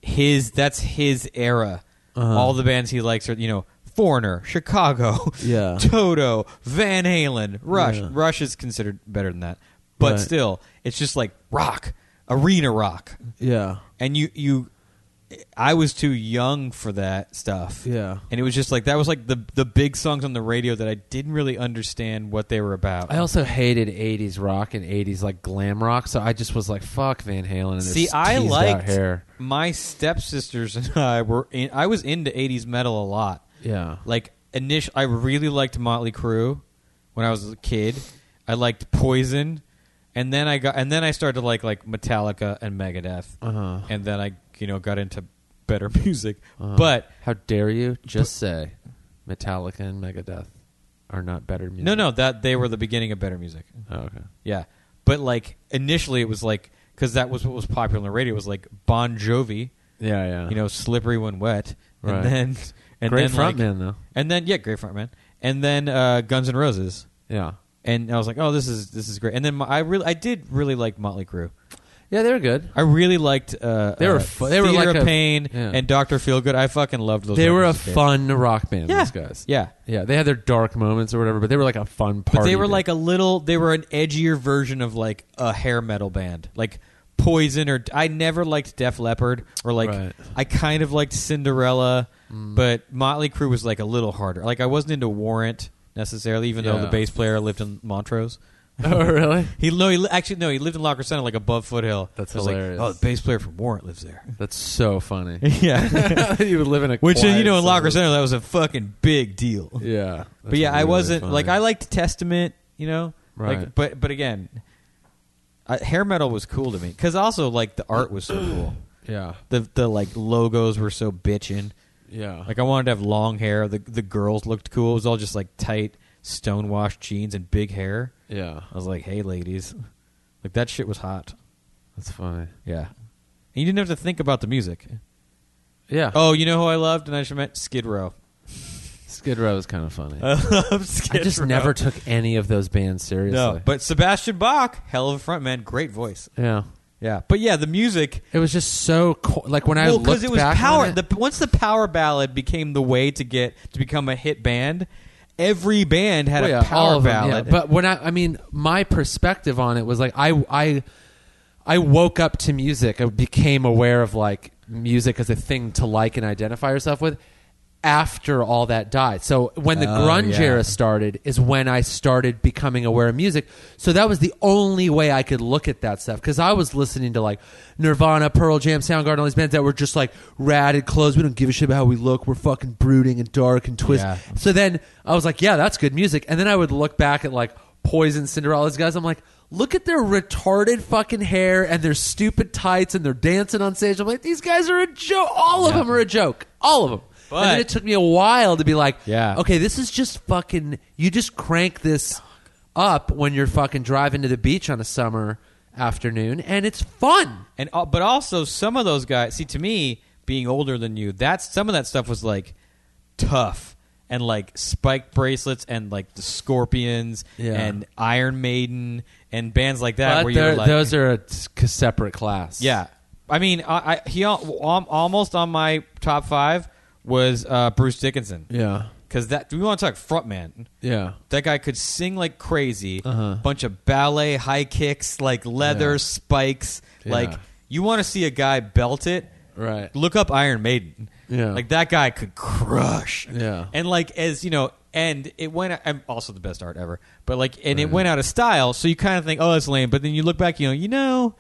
B: his that's his era.
A: Uh-huh.
B: All the bands he likes are you know Foreigner, Chicago,
A: Yeah.
B: [laughs] Toto, Van Halen, Rush.
A: Yeah.
B: Rush is considered better than that, but
A: Right.
B: still, it's just like rock, arena rock,
A: Yeah,
B: and you you. I was too young for that stuff.
A: Yeah.
B: and it was just like that was like the the big songs on the radio that I didn't really understand what they were about.
A: I also hated '80s rock and '80s like glam rock. So I just was like, fuck Van Halen. And their
B: See, I
A: teased out
B: liked
A: hair.
B: my stepsisters [laughs] and I were in, I was into 80s metal a lot.
A: Yeah,
B: Like initial I really liked Motley Crue when I was a kid. I liked Poison and then I got and then I started to like like Metallica and Megadeth.
A: Uh-huh.
B: And then I you know got into better [laughs] music.
A: Uh,
B: but
A: how dare you just say Metallica and Megadeth are not better music?
B: no no that they were the beginning of better music.
A: Oh, okay.
B: Yeah. But like initially it was like cuz that was what was popular on the radio was like Bon Jovi.
A: Yeah, yeah.
B: you know, slippery when wet, and
A: Right.
B: then and
A: great
B: then, like-
A: frontman though.
B: and then yeah, great front man, and then uh, Guns N' Roses,
A: Yeah,
B: and I was like, oh, this is this is great, and then my, I really I did really like Motley Crue,
A: Yeah, they were good.
B: I really liked. Uh,
A: They were
B: uh,
A: fu- they were
B: Theater
A: like
B: of
A: a-
B: Pain
A: yeah.
B: and Doctor Feelgood. I fucking loved those.
A: They were a
B: records, dude.
A: fun rock band.
B: Yeah.
A: These guys.
B: Yeah,
A: Yeah, they had their dark moments or whatever, but they were like a fun party.
B: but they were
A: band. [laughs]
B: like a little. They were an edgier version of like a hair metal band, like Poison or I never liked Def Leppard or like
A: Right. Mm.
B: I kind of liked Cinderella, but Motley Crue was like a little harder. Like I wasn't into Warrant necessarily, even though
A: Yeah.
B: the bass player lived in Montrose.
A: oh
B: [laughs]
A: really?
B: He no, he li- actually no, he lived in Locker Center, like above Foothill.
A: That's
B: I was
A: hilarious.
B: Like, oh, the bass player from Warrant lives
A: [laughs]
B: there. [laughs]
A: That's so funny. [laughs]
B: yeah,
A: you would live in a
B: [laughs] which uh,
A: quiet
B: you know in Locker
A: suburb.
B: Center that was a fucking big deal.
A: Yeah,
B: but yeah, I wasn't like I liked Testament, you know. Like,
A: Right.
B: but but again, I, hair metal was cool to me because also like the art was so cool.
A: yeah,
B: The the like logos were so bitchin'.
A: yeah.
B: Like I wanted to have long hair. The the girls looked cool. It was all just like tight stonewashed jeans and big hair.
A: yeah,
B: I was like, hey ladies, like that shit was hot.
A: that's funny.
B: Yeah. And you didn't have to think about the music.
A: Yeah.
B: Oh, you know who I loved? And I just meant Skid Row. [laughs]
A: Skid Row is kind of funny.
B: I love Uh, Skid
A: I just
B: Row.
A: never took any of those bands seriously.
B: No, but Sebastian Bach, hell of a frontman, great voice.
A: yeah,
B: Yeah, but yeah, the music.
A: it was just so co- like when I
B: well,
A: looked
B: it was
A: back
B: power.
A: on it-
B: The, once the power ballad became the way to get to become a hit band, every band had
A: Well,
B: a
A: yeah, all
B: power
A: of them, yeah.
B: ballad.
A: But when I, I mean, my perspective on it was like I, I, I woke up to music. I became aware of like music as a thing to like and identify yourself with. After all that died, so when the
B: Oh,
A: grunge
B: yeah.
A: era started, is when I started becoming aware of music. So that was the only way I could look at that stuff because I was listening to like Nirvana, Pearl Jam, Soundgarden, all these bands that were just like ratted clothes. We don't give a shit about how we look. We're fucking brooding and dark and twist.
B: Yeah.
A: So then I was like, yeah, that's good music. And then I would look back at like Poison, Cinderella, these guys. I'm like, look at their retarded fucking hair and their stupid tights and they're dancing on stage. I'm like, these guys are a joke. All of
B: Yeah.
A: them are a joke. All of them. and
B: But-
A: then it took me a while to be like,
B: Yeah.
A: okay, this is just fucking. You just crank this up when you're fucking driving to the beach on a summer afternoon, and it's fun.
B: and al- but also some of those guys. See, to me, being older than you, that's some of that stuff was like tough and like spike bracelets and like the Scorpions
A: Yeah.
B: and Iron Maiden and bands like that. where
A: but
B: you're
A: they're-
B: like,
A: those are a c- separate class.
B: Yeah, I mean, I, I he al- al- almost on my top five was uh, Bruce Dickinson
A: Yeah.
B: because that we want to talk frontman.
A: Yeah.
B: That guy could sing like crazy,
A: Uh-huh.
B: bunch of ballet high kicks, like leather
A: Yeah.
B: spikes.
A: Yeah.
B: Like you want to see a guy belt it.
A: Right.
B: Look up Iron Maiden.
A: Yeah.
B: like that guy could crush.
A: Yeah.
B: and like as you know. And it went. I'm also the best art ever, but like, and it went out of style. So you kind of think, "Oh, that's lame." But then you look back, you know, you know,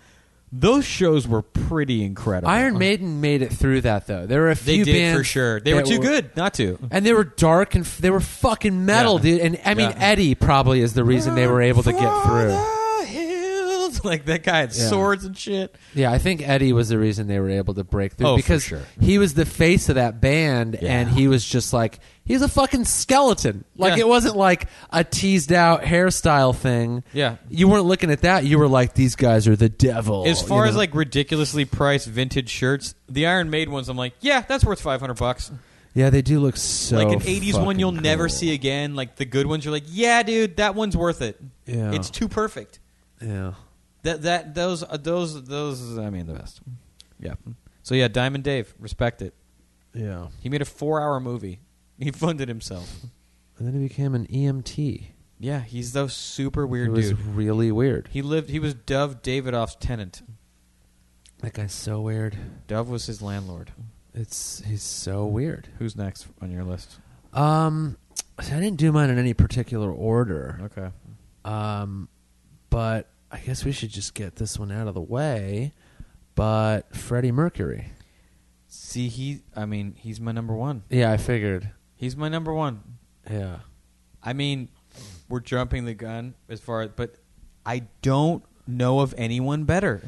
B: those shows were pretty incredible.
A: Iron Maiden made it through that though. There were a
B: they
A: few
B: did
A: bands
B: for sure. They were
A: that
B: too good not to.
A: and they were dark and f- they were fucking metal,
B: Yeah.
A: dude. And I mean,
B: Yeah.
A: Eddie probably is the reason they were able to get through.
B: For the hills. [laughs] Like that guy had
A: Yeah.
B: swords and shit.
A: Yeah, I think Eddie was the reason they were able to break through
B: Oh, for
A: because
B: sure.
A: he was the face of that band,
B: Yeah.
A: and he was just like he was a fucking skeleton. Like
B: Yeah.
A: it wasn't like a teased out hairstyle thing.
B: Yeah.
A: you weren't looking at that. You were like, these guys are the devil.
B: As far
A: you
B: as
A: know?
B: like ridiculously priced vintage shirts, the Iron Maiden ones, I'm like, yeah, that's worth 500 bucks.
A: yeah, they do look so
B: like an 80s one
A: fucking
B: you'll never
A: cool.
B: see again. Like the good ones, you're like, yeah, dude, that one's worth it.
A: Yeah.
B: It's too perfect.
A: Yeah.
B: That that those uh, those those I mean the best. Yeah. So yeah, Diamond Dave, respect it.
A: Yeah.
B: He made a 4-hour movie. [laughs] He funded himself.
A: And then he became an EMT.
B: Yeah, he's the super weird
A: it was
B: dude.
A: really weird.
B: He lived. He was Dove Davidoff's tenant.
A: That guy's so weird.
B: Dove was his landlord.
A: It's he's so weird.
B: Who's next on your list?
A: Um, so I didn't do mine in any particular order.
B: Okay.
A: Um, but I guess we should just get this one out of the way. But Freddie Mercury.
B: See, he. I mean, he's my number one.
A: Yeah, I figured.
B: He's my number one.
A: Yeah.
B: I mean, we're jumping the gun as far as, but I don't know of anyone better.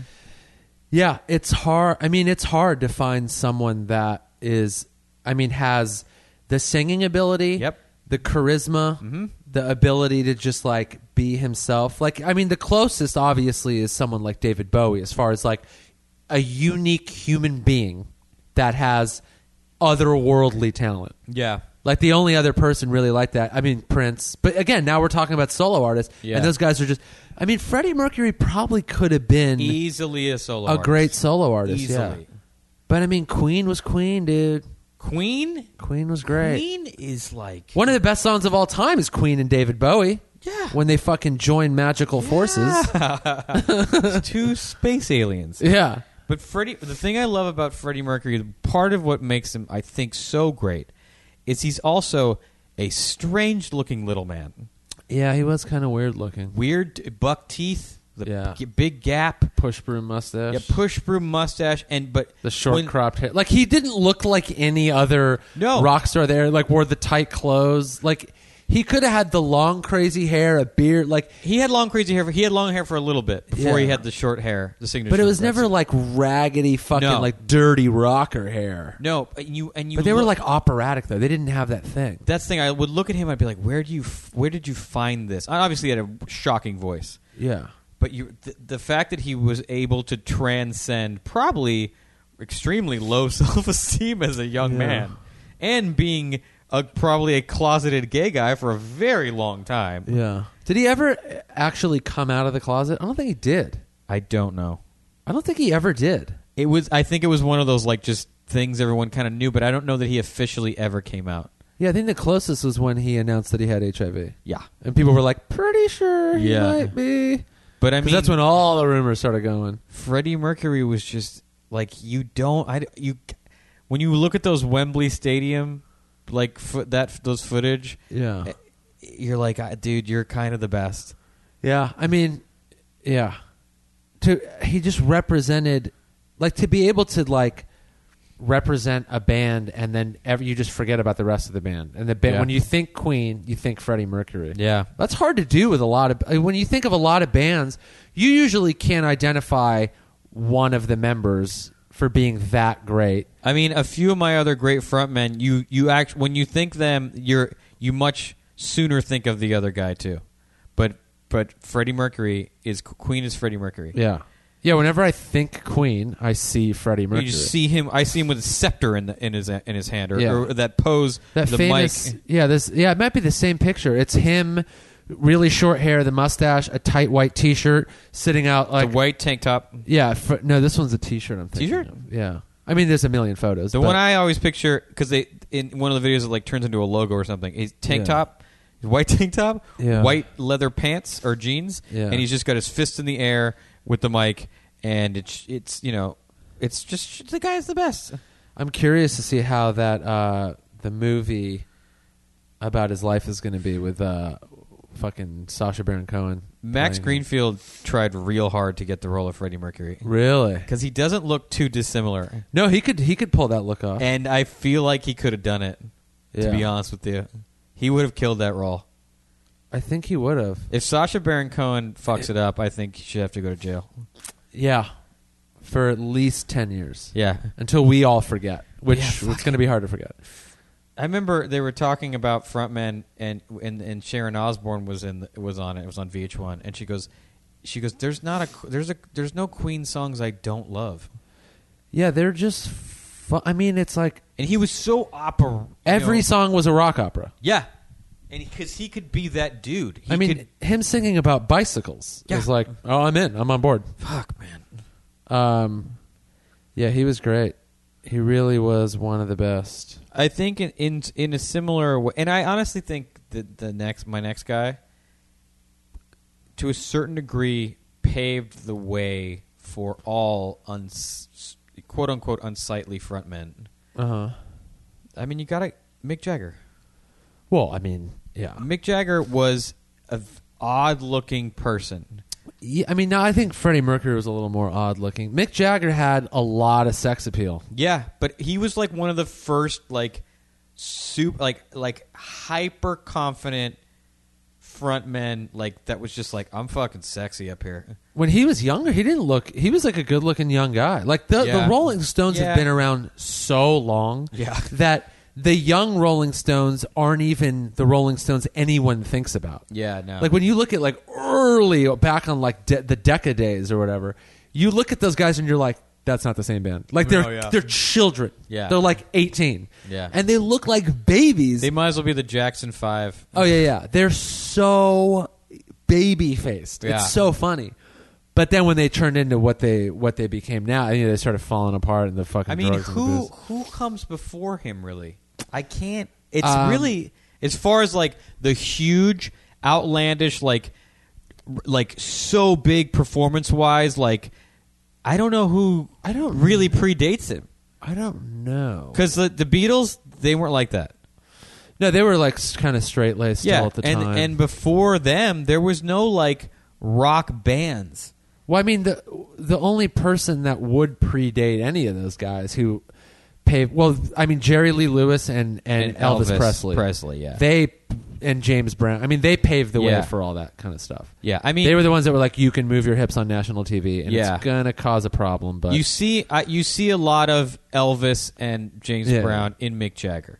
A: Yeah, it's hard. I mean, it's hard to find someone that is, I mean, has the singing ability,
B: Yep. Mm-hmm.
A: the charisma, the ability to just like be himself. Like, I mean, the closest obviously is someone like David Bowie, as far as like a unique human being that has otherworldly talent.
B: Yeah.
A: Like the only other person really like that. I mean Prince, but again, now we're talking about solo artists,
B: Yeah.
A: and those guys are just. I mean, Freddie Mercury probably could have been
B: Easily a solo.
A: a great solo artist,
B: Easily.
A: yeah. But I mean, Queen was Queen, dude.
B: Queen.
A: Queen was great.
B: Queen is like
A: One of the best songs of all time is Queen and David Bowie.
B: Yeah.
A: When they fucking join magical forces.
B: It's [laughs] two space aliens.
A: Yeah.
B: But Freddie, the thing I love about Freddie Mercury, part of what makes him, I think, so great, is he's also a strange-looking little man.
A: Yeah, he was kind of weird looking.
B: Weird buck teeth, the
A: Yeah.
B: g- big gap,
A: Push broom mustache.
B: yeah, push broom mustache, and but
A: the short
B: when-
A: cropped hair. Like he didn't look like any other
B: No.
A: rock star there. Like wore the tight clothes. Like he could have had the long crazy hair, a beard. Like,
B: He had long, crazy hair. For, he had long hair for a little bit before
A: Yeah.
B: he had the short hair, the signature.
A: but it was
B: Prince.
A: never like raggedy fucking
B: No.
A: like dirty rocker hair.
B: no. And you and you.
A: But they were
B: look-
A: like operatic though. They didn't have that thing.
B: that's the thing. I would look at him. I'd be like, "Where do you? f- Where did you find this?" I obviously he had a shocking voice.
A: Yeah.
B: but you th- the fact that he was able to transcend probably extremely low [laughs] self-esteem as a young
A: Yeah.
B: man and being a, probably a closeted gay guy for a very long time
A: Yeah. Did he ever uh, actually come out of the closet? I don't think he did.
B: i don't know
A: I don't think he ever did.
B: it was i think it was one of those like just things everyone kind of knew but i don't know that he officially ever came out
A: Yeah, I think the closest was when he announced that he had HIV.
B: yeah
A: And people were like, pretty sure he
B: Yeah.
A: might be.
B: but i
A: 'Cause
B: mean
A: that's when all the rumors started going.
B: Freddie Mercury was just like you don't I you when you look at those Wembley Stadium like fo- that those footage
A: Yeah.
B: eh, you're like "I- dude you're kind of the best
A: Yeah, I mean, yeah. To he just represented, like, to be able to like represent a band, and then ever, you just forget about the rest of the band. And the band,
B: Yeah.
A: when you think Queen, you think Freddie Mercury.
B: yeah
A: That's hard to do with a lot of. I mean, When you think of a lot of bands, you usually can't identify one of the members for being that great.
B: I mean a few of my other great frontmen you you act when you think them you're you much sooner think of the other guy too but but Freddie Mercury is Queen is Freddie Mercury
A: Yeah. Yeah, whenever I think Queen, I see Freddie Mercury.
B: You just see him. I see him with a scepter in the, in his in his hand, or,
A: Yeah.
B: or that pose,
A: that
B: the
A: famous
B: mic.
A: yeah this yeah it might be the same picture it's him really short hair the mustache a tight white t-shirt sitting out like
B: the white tank top.
A: yeah fr- no this one's a t-shirt i'm thinking
B: T-shirt?
A: of. yeah i mean there's a million photos
B: The
A: but-
B: one I always picture because they in one of the videos it like turns into a logo or something. His tank
A: Yeah.
B: top, his white [laughs] tank top,
A: Yeah.
B: white leather pants or jeans,
A: Yeah.
B: and he's just got his fist in the air with the mic, and it's it's you know, it's just the guy's the best.
A: i'm curious to see how that uh the movie about his life is going to be with uh fucking sasha baron cohen playing
B: Max
A: him.
B: Greenfield tried real hard to get the role of Freddie Mercury
A: really
B: because he doesn't look too dissimilar,
A: no he could he could pull that look off
B: and I feel like he could have done it.
A: Uh. Yeah.
B: To be honest with you, he would have killed that role.
A: i think he would have
B: If Sasha Baron Cohen fucks it up, I think he should have to go to jail.
A: yeah for at least 10 years
B: Yeah.
A: until we all forget, which
B: Yeah,
A: it's
B: fuck
A: going to be hard to forget.
B: I remember they were talking about frontmen, and and, and Sharon Osbourne was in the, was on it. It was on VH1, and she goes, she goes, "There's not a there's a there's no Queen songs I don't love."
A: Yeah, they're just. Fu- I mean, it's like
B: And he was so opera. you
A: every
B: know-
A: song was a rock opera.
B: yeah, and because he could be that dude. He
A: I mean,
B: could,
A: him singing about bicycles
B: Yeah.
A: is like, oh, I'm in, I'm on board.
B: fuck man.
A: Um, yeah, he was great. He really was one of the best.
B: I think in in, in a similar way, and I honestly think that the next my next guy, to a certain degree, paved the way for all uns, quote unquote unsightly frontmen.
A: Uh
B: Uh-huh.
A: huh.
B: I mean, you got to Mick Jagger.
A: Well, I mean, yeah.
B: Mick Jagger was an odd looking person.
A: yeah. I mean, now I think Freddie Mercury was a little more odd looking. Mick Jagger had a lot of sex appeal.
B: Yeah, but he was like one of the first like super like like hyper confident front men like that was just like I'm fucking sexy up here.
A: when he was younger, he didn't look. He was like a good looking young guy. Like the,
B: Yeah.
A: the Rolling Stones
B: Yeah.
A: have been around so long,
B: Yeah.
A: that the young Rolling Stones aren't even the Rolling Stones anyone thinks about.
B: Yeah, no.
A: Like when you look at like early back on like de- the Decca days or whatever, you look at those guys and you're like, that's not the same band. Like
C: No,
A: they're
C: yeah.
A: they're children.
B: Oh, Yeah.
A: they're like eighteen.
B: Yeah.
A: and they look like babies.
B: They might as well be the Jackson Five.
A: Oh yeah, yeah. They're so baby faced.
B: Yeah.
A: It's so funny. But then when they turned into what they what they became now, you know, they started falling apart and the fucking.
B: I mean,
A: drugs and the
B: who
A: booze.
B: who comes before him? Really, I can't. It's
A: Um,
B: really as far as like the huge, outlandish, like r- like so big performance wise. Like I don't know who
A: I don't-
B: really predates him
A: I don't know.
B: because the, the Beatles they weren't like that.
A: No, they were like kind of straight laced
B: yeah,
A: still at the
B: and
A: time.
B: and before them there was no like rock bands.
A: Well, I mean the the only person that would predate any of those guys who paved well, I mean Jerry Lee Lewis and and,
B: And Elvis
A: Presley,
B: Presley, yeah.
A: they and James Brown. I mean, they paved the
B: Yeah.
A: way for all that kind of stuff.
B: Yeah, I mean
A: they were the ones that were like, "You can move your hips on national TV, and
B: Yeah.
A: it's gonna cause a problem." But
B: You see, I you see a lot of Elvis and James
A: Yeah.
B: Brown in Mick Jagger.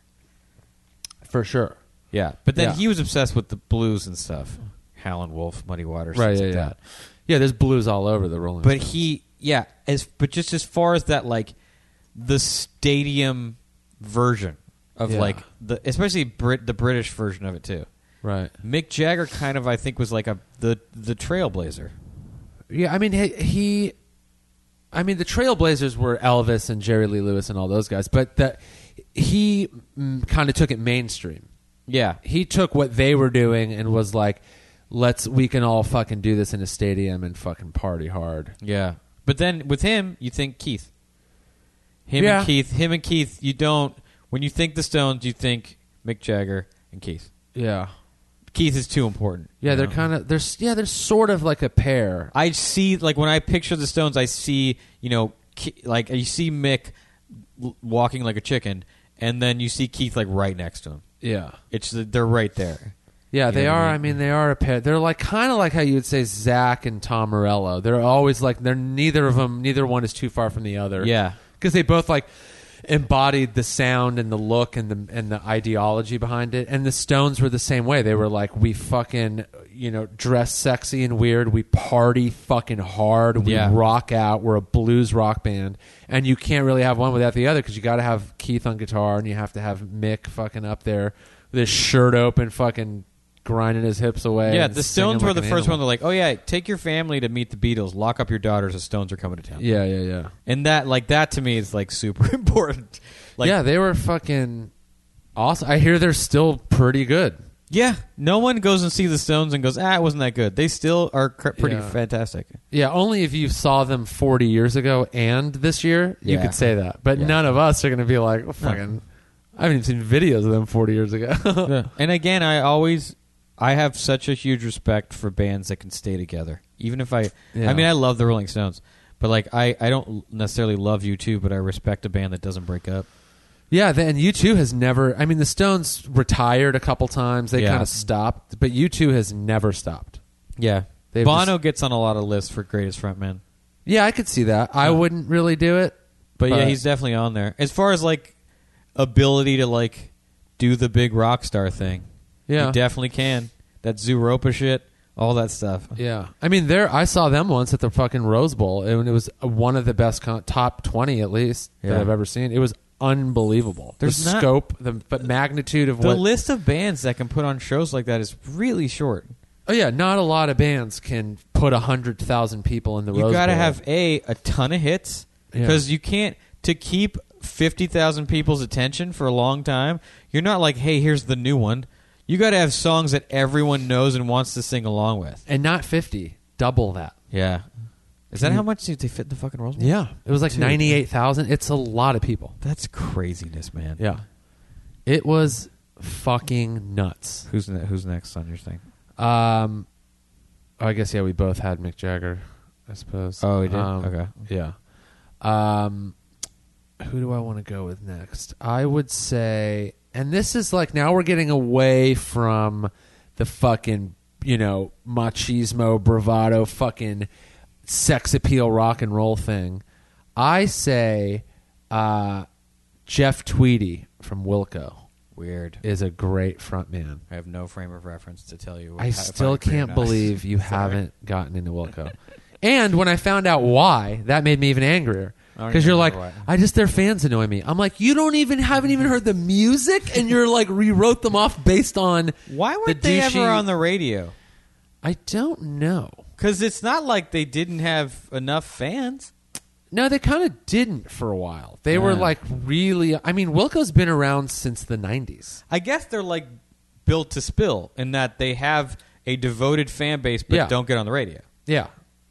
A: for sure,
B: Yeah, but then
A: Yeah.
B: he was obsessed with the blues and stuff. Howlin' Wolf, Muddy Waters,
A: right?
B: things
A: Yeah,
B: like
A: yeah,
B: that.
A: yeah. There's blues all over the Rolling.
B: But
A: Stones.
B: he, yeah, as but just as far as that, like the stadium version of
A: Yeah.
B: like the especially Brit the British version of it too.
A: right?
B: Mick Jagger kind of I think was like a the the trailblazer.
A: Yeah, I mean he, he I mean the Trailblazers were Elvis and Jerry Lee Lewis and all those guys, but that he mm, kind of took it mainstream.
B: Yeah,
A: He took what they were doing and was like, "Let's we can all fucking do this in a stadium and fucking party hard."
B: Yeah. But then with him, you think Keith. Him
A: Yeah.
B: and Keith, him and Keith, you don't when you think the Stones, you think Mick Jagger and Keith.
A: Yeah.
B: Keith is too important.
A: Yeah,
B: you
A: they're
B: know?
A: kind of they're s- yeah, they're sort of like a pair.
B: I see like when I picture the Stones, I see, you know, Ke- like you see Mick l- walking like a chicken and then you see Keith like right next to him.
A: Yeah.
B: It's they're right there.
A: Yeah,
B: You
A: they
B: know what
A: are.
B: I
A: I mean, they are a pair. They're like kind of like how you would say Zach and Tom Morello. They're always like they're neither of them. Neither one is too far from the other.
B: Yeah.
A: because they both like embodied the sound and the look and the and the ideology behind it. And the Stones were the same way. They were like we fucking you know dress sexy and weird. We party fucking hard. We
B: Yeah.
A: rock out. We're a blues rock band, and you can't really have one without the other because you got to have Keith on guitar and you have to have Mick fucking up there with his shirt open, fucking grinding his hips away.
B: Yeah,
A: and
B: the
A: singing
B: Stones were
A: like
B: the
A: an
B: first one
A: animal.
B: to like, oh yeah, take your family to meet the Beatles, lock up your daughters, the Stones are coming to town.
A: Yeah, yeah, yeah.
B: And that like that to me is like super [laughs] important. Like
A: yeah, they were fucking awesome. I hear they're still pretty good.
B: yeah, no one goes and sees the Stones and goes, "Ah, it wasn't that good." They still are cr- pretty
A: Yeah.
B: fantastic.
A: Yeah, only if you saw them 40 years ago and this year, you
B: Yeah.
A: could say that. But
B: Yeah.
A: none of us are going to be like, oh, fucking, I haven't even seen videos of them 40 years ago.
B: And again, I always I have such a huge respect for bands that can stay together. Even if I
A: Yeah.
B: I mean, I love the Rolling Stones, but like I I don't necessarily love you too, but I respect a band that doesn't break up.
A: [laughs] yeah, the- and U2 has never, I mean, the Stones retired a couple times. They
B: Yeah.
A: kind of stopped, but U2 has never stopped.
B: Yeah.
A: They've
B: Bono gets on a lot of lists for greatest frontman.
A: Yeah, I could see that. I wouldn't really do it.
B: But, yeah, he's definitely on there. As far as like ability to like do the big rock star thing,
A: Yeah.
B: he definitely can. That Zooropa shit, all that stuff.
A: Yeah, I mean, there I saw them once at the fucking Rose Bowl, and it was one of the best con- top twenty at least
B: Yeah.
A: that I've ever seen. It was unbelievable.
B: There's
A: the
B: not-
A: scope, the but magnitude of
B: The
A: what.
B: list of bands that can put on shows like that is really short.
A: oh yeah, not a lot of bands can put hundred thousand people in the
B: you
A: Rose
B: got to
A: Bowl.
B: have a a ton of hits
A: Yeah.
B: because you can't to keep fifty thousand people's attention for a long time. You're not like, hey, here's the new one. You got to have songs that everyone knows and wants to sing along with.
A: and not fifty, double that.
B: Yeah, is that
A: Can you-
B: how much did they fit in the fucking Rolls? Bowl?
A: Yeah, it was like
B: Dude.
A: ninety eight thousand. It's a lot of people.
B: That's craziness, man.
A: Yeah, it was fucking nuts.
B: Who's ne- who's next on your thing?
A: Um, I guess yeah, we both had Mick Jagger, I suppose.
B: Oh, we did?
A: Um,
B: Okay.
A: yeah. Um, who do I want to go with next? I would say, and this is like now we're getting away from the fucking you know machismo bravado fucking sex appeal rock and roll thing. I say, uh, Jeff Tweedy from Wilco
B: Weird.
A: is a great frontman.
B: I have no frame of reference to tell you.
A: I
B: if
A: still
B: agree or
A: can't
B: not.
A: believe you
B: Sorry.
A: [laughs] haven't gotten into Wilco. and when I found out why, that made me even angrier.
B: I don't
A: because
B: even
A: you're like,
B: remember
A: I just their fans annoy me. I'm like, you don't even haven't even heard the music, and you're like rewrote them off based on
B: Why
A: the
B: weren't they
A: douchey-
B: ever on the radio?
A: I don't know.
B: Because it's not like they didn't have enough fans.
A: No, they kind of didn't for a while. They were
B: Yeah.
A: like really. I mean, Wilco's been around since the '90s.
B: I guess they're like built to spill in that they have a devoted fan base, but
A: Yeah.
B: don't get on the radio.
A: Yeah,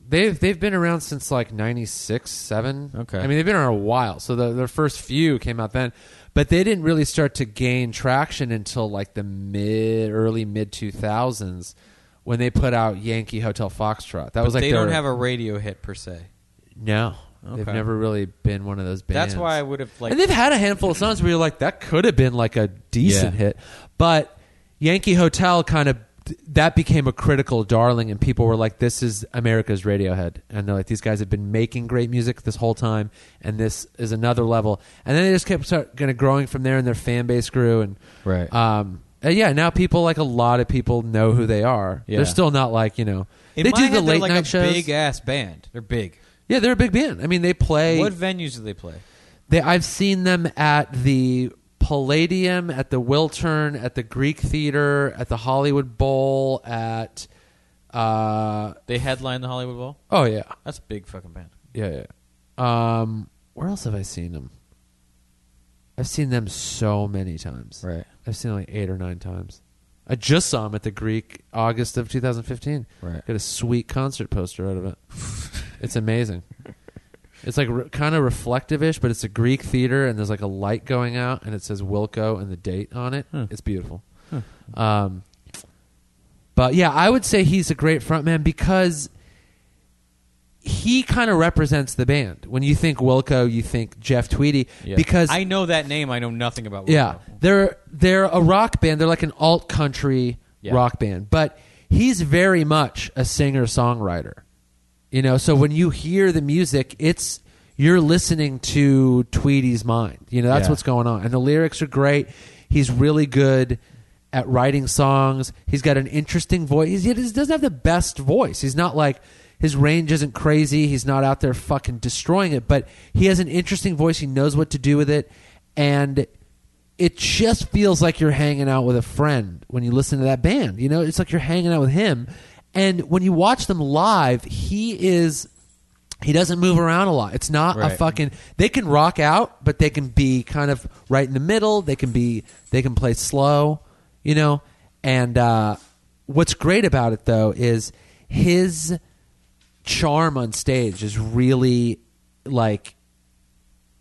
A: they've they've been around since like '96, seven.
B: Okay.
A: I mean they've been around a while. So the, their first few came out then, but they didn't really start to gain traction until like the mid early mid 2000s when they put out Yankee Hotel Foxtrot. That was like
B: they
A: their,
B: don't have a radio hit per se.
A: no. They've
B: Okay.
A: never really been one of those bands.
B: That's why I would have like.
A: and they've had a handful of songs where you're like, that could have been like a decent
B: Yeah.
A: hit, but Yankee Hotel kind of that became a critical darling, and people were like, this is America's Radiohead, and they're like, these guys have been making great music this whole time, and this is another level, and then they just kept start kind of growing from there, and their fan base grew, and
B: Right.
A: um, and yeah, now people like a lot of people know who they are.
B: Yeah.
A: They're still not like you know
B: in
A: they
B: my
A: do
B: head,
A: the
B: they're
A: late
B: like
A: night
B: a
A: shows.
B: Big ass band. They're big.
A: yeah, they're a big band. I mean, they play
B: what venues do they play?
A: they, I've seen them at the Palladium, at the Wiltern, at the Greek Theater, at the Hollywood Bowl, at. Uh,
B: They headline the Hollywood Bowl.
A: oh, yeah.
B: That's a big fucking band.
A: Yeah, yeah. Um, where else have I seen them? I've seen them so many times.
B: Right.
A: I've seen them like eight or nine times. I just saw them at the Greek August of 2015.
B: Right.
A: Got a sweet concert poster out of
B: [laughs]
A: it. it's amazing. It's like re- kind of reflective ish, but it's a Greek theater and there's like a light going out and it says Wilco and the date on it.
B: Huh.
A: It's beautiful. Um, but yeah, I would say he's a great frontman because he kind of represents the band. When you think Wilco, you think Jeff Tweedy because
B: I know that name, I know nothing about. Wilco.
A: yeah, they're they're a rock band. They're like an alt country
B: Yeah.
A: rock band, but he's very much a singer songwriter. You know, so when you hear the music, it's you're listening to Tweedy's mind. You know, that's
B: Yeah.
A: what's going on, and the lyrics are great. He's really good at writing songs. He's got an interesting voice. He doesn't have the best voice. He's not like his range isn't crazy. He's not out there fucking destroying it, but he has an interesting voice. He knows what to do with it, and it just feels like you're hanging out with a friend when you listen to that band. You know, it's like you're hanging out with him. And when you watch them live, he is he doesn't move around a lot. It's not a
B: Right.
A: fucking they can rock out, but they can be kind of right in the middle. They can be they can play slow, you know. And uh what's great about it though is his charm on stage is really like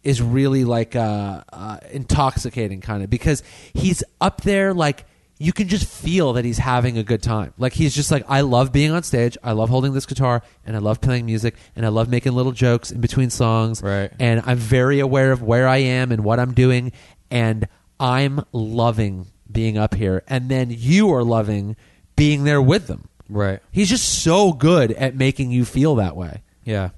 A: is really like uh, uh, intoxicating kind of because he's up there like you can just feel that he's having a good time like he's just like i love being on stage i love holding this guitar and i love playing music and i love making little jokes in between songs
B: Right.
A: and i'm very aware of where i am and what i'm doing and i'm loving being up here and then you are loving being there with them
B: right.
A: he's just so good at making you feel that way
B: Yeah,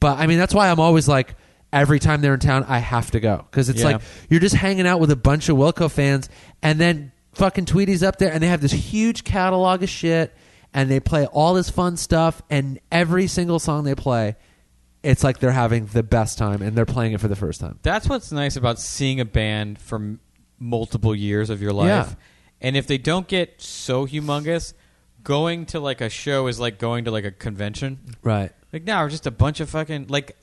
A: but I mean, that's why I'm always like, every time they're in town, I have to go because it's
B: Yeah.
A: like you're just hanging out with a bunch of Wilco fans, and then fucking Tweety's up there, and they have this huge catalog of shit, and they play all this fun stuff, and every single song they play, it's like they're having the best time, and they're playing it for the first time.
B: that's what's nice about seeing a band for m- multiple years of your life.
A: Yeah.
B: And if they don't get so humongous, going to like a show is like going to like a convention.
A: Right.
B: Like now, we're just a bunch of fucking like.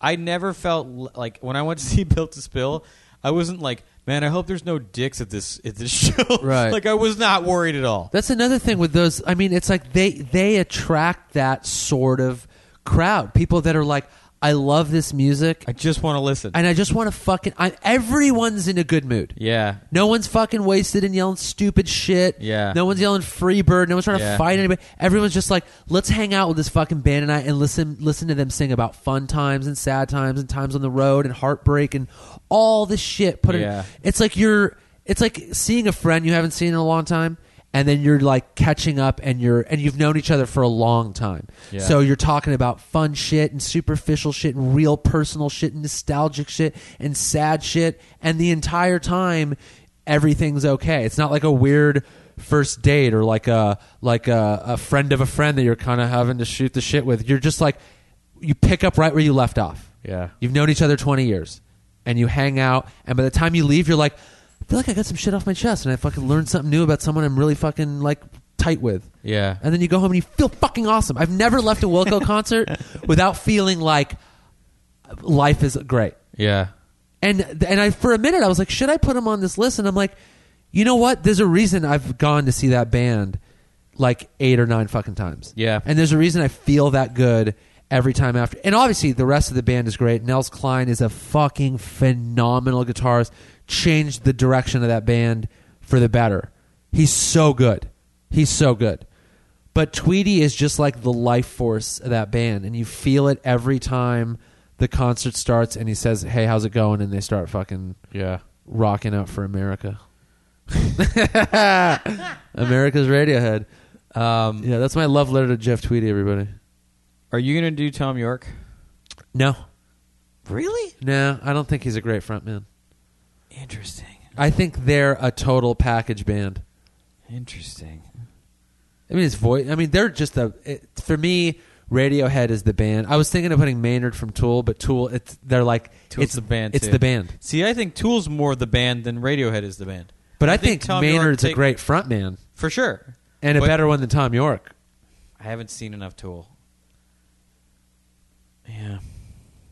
B: I never felt l- like when I went to [laughs] see Built to Spill, I wasn't like, man, I hope there's no dicks at this at this [laughs] show.
A: Right.
B: like I was not worried at all.
A: That's another thing with those. I mean, it's like they they attract that sort of crowd, people that are like, I love this music.
B: I just want to listen.
A: and I just want to fucking. I, everyone's in a good mood.
B: yeah,
A: No one's fucking wasted and yelling stupid shit.
B: Yeah.
A: No one's yelling free bird. No one's trying to
B: Yeah.
A: fight anybody. Everyone's just like, let's hang out with this fucking band tonight and listen listen to them sing about fun times and sad times and times on the road and heartbreak and all this shit. Put
B: Yeah.
A: it. It's like you're. It's like seeing a friend you haven't seen in a long time. And then you're like catching up, and you're and you've known each other for a long time.
B: Yeah.
A: So you're talking about fun shit and superficial shit and real personal shit and nostalgic shit and sad shit. And the entire time, everything's okay. It's not like a weird first date or like a like a, a friend of a friend that you're kind of having to shoot the shit with. You're just like you pick up right where you left off.
B: Yeah.
A: You've known each other 20 years and you hang out. And by the time you leave, you're like, I feel like I got some shit off my chest and I fucking learned something new about someone I'm really fucking like tight with.
B: Yeah.
A: And then you go home and you feel fucking awesome. I've never left a
B: [laughs]
A: Wilco concert without feeling like life is great.
B: Yeah.
A: And and I for a minute I was like, should I put him on this list? And I'm like, you know what? There's a reason I've gone to see that band like eight or nine fucking times.
B: Yeah.
A: And there's a reason I feel that good every time after. And obviously the rest of the band is great. Nels Klein is a fucking phenomenal guitarist. Changed the direction of that band for the better. He's so good. He's so good. But Tweety is just like the life force of that band, and you feel it every time the concert starts and he says, Hey, how's it going? And they start fucking
B: Yeah.
A: rocking out for America. [laughs] America's Radiohead.
B: Um,
A: Yeah, that's my love letter to Jeff Tweedy, everybody.
B: Are you gonna do Tom York?
A: No.
B: Really?
A: No, I don't think he's a great frontman.
B: Interesting.
A: I think they're a total package band.
B: Interesting.
A: I mean, his voice. I mean, they're just a. It, for me, Radiohead is the band. I was thinking of putting Maynard from Tool, but Tool, it's they're like
B: Tool's
A: it's
B: the band,
A: It's
B: too.
A: the band.
B: See, I think Tool's more the band than Radiohead is the band.
A: But I, think,
B: Tom York
A: Maynard's a
B: take-
A: great frontman
B: for sure,
A: and a
B: But
A: better one than Tom York.
B: I haven't seen enough Tool. Yeah.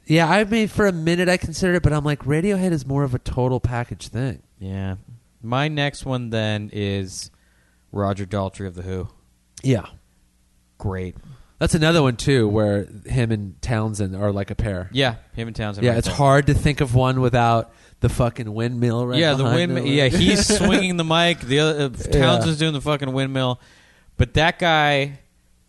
A: Yeah, I mean, for a minute I considered it, but I'm like, Radiohead is more of a total package thing.
B: Yeah. My next one then is Roger Daltrey of the Who.
A: Yeah,
B: Great.
A: that's another one too, where him and Townsend are like a pair.
B: Yeah, him and Townsend.
A: yeah,
B: right
A: it's
B: there.
A: hard to think of one without the fucking windmill. Right?
B: yeah, the
A: behind
B: windmill.
A: him.
B: Yeah, he's swinging the mic. The other uh, Townsend's doing the fucking windmill, but that guy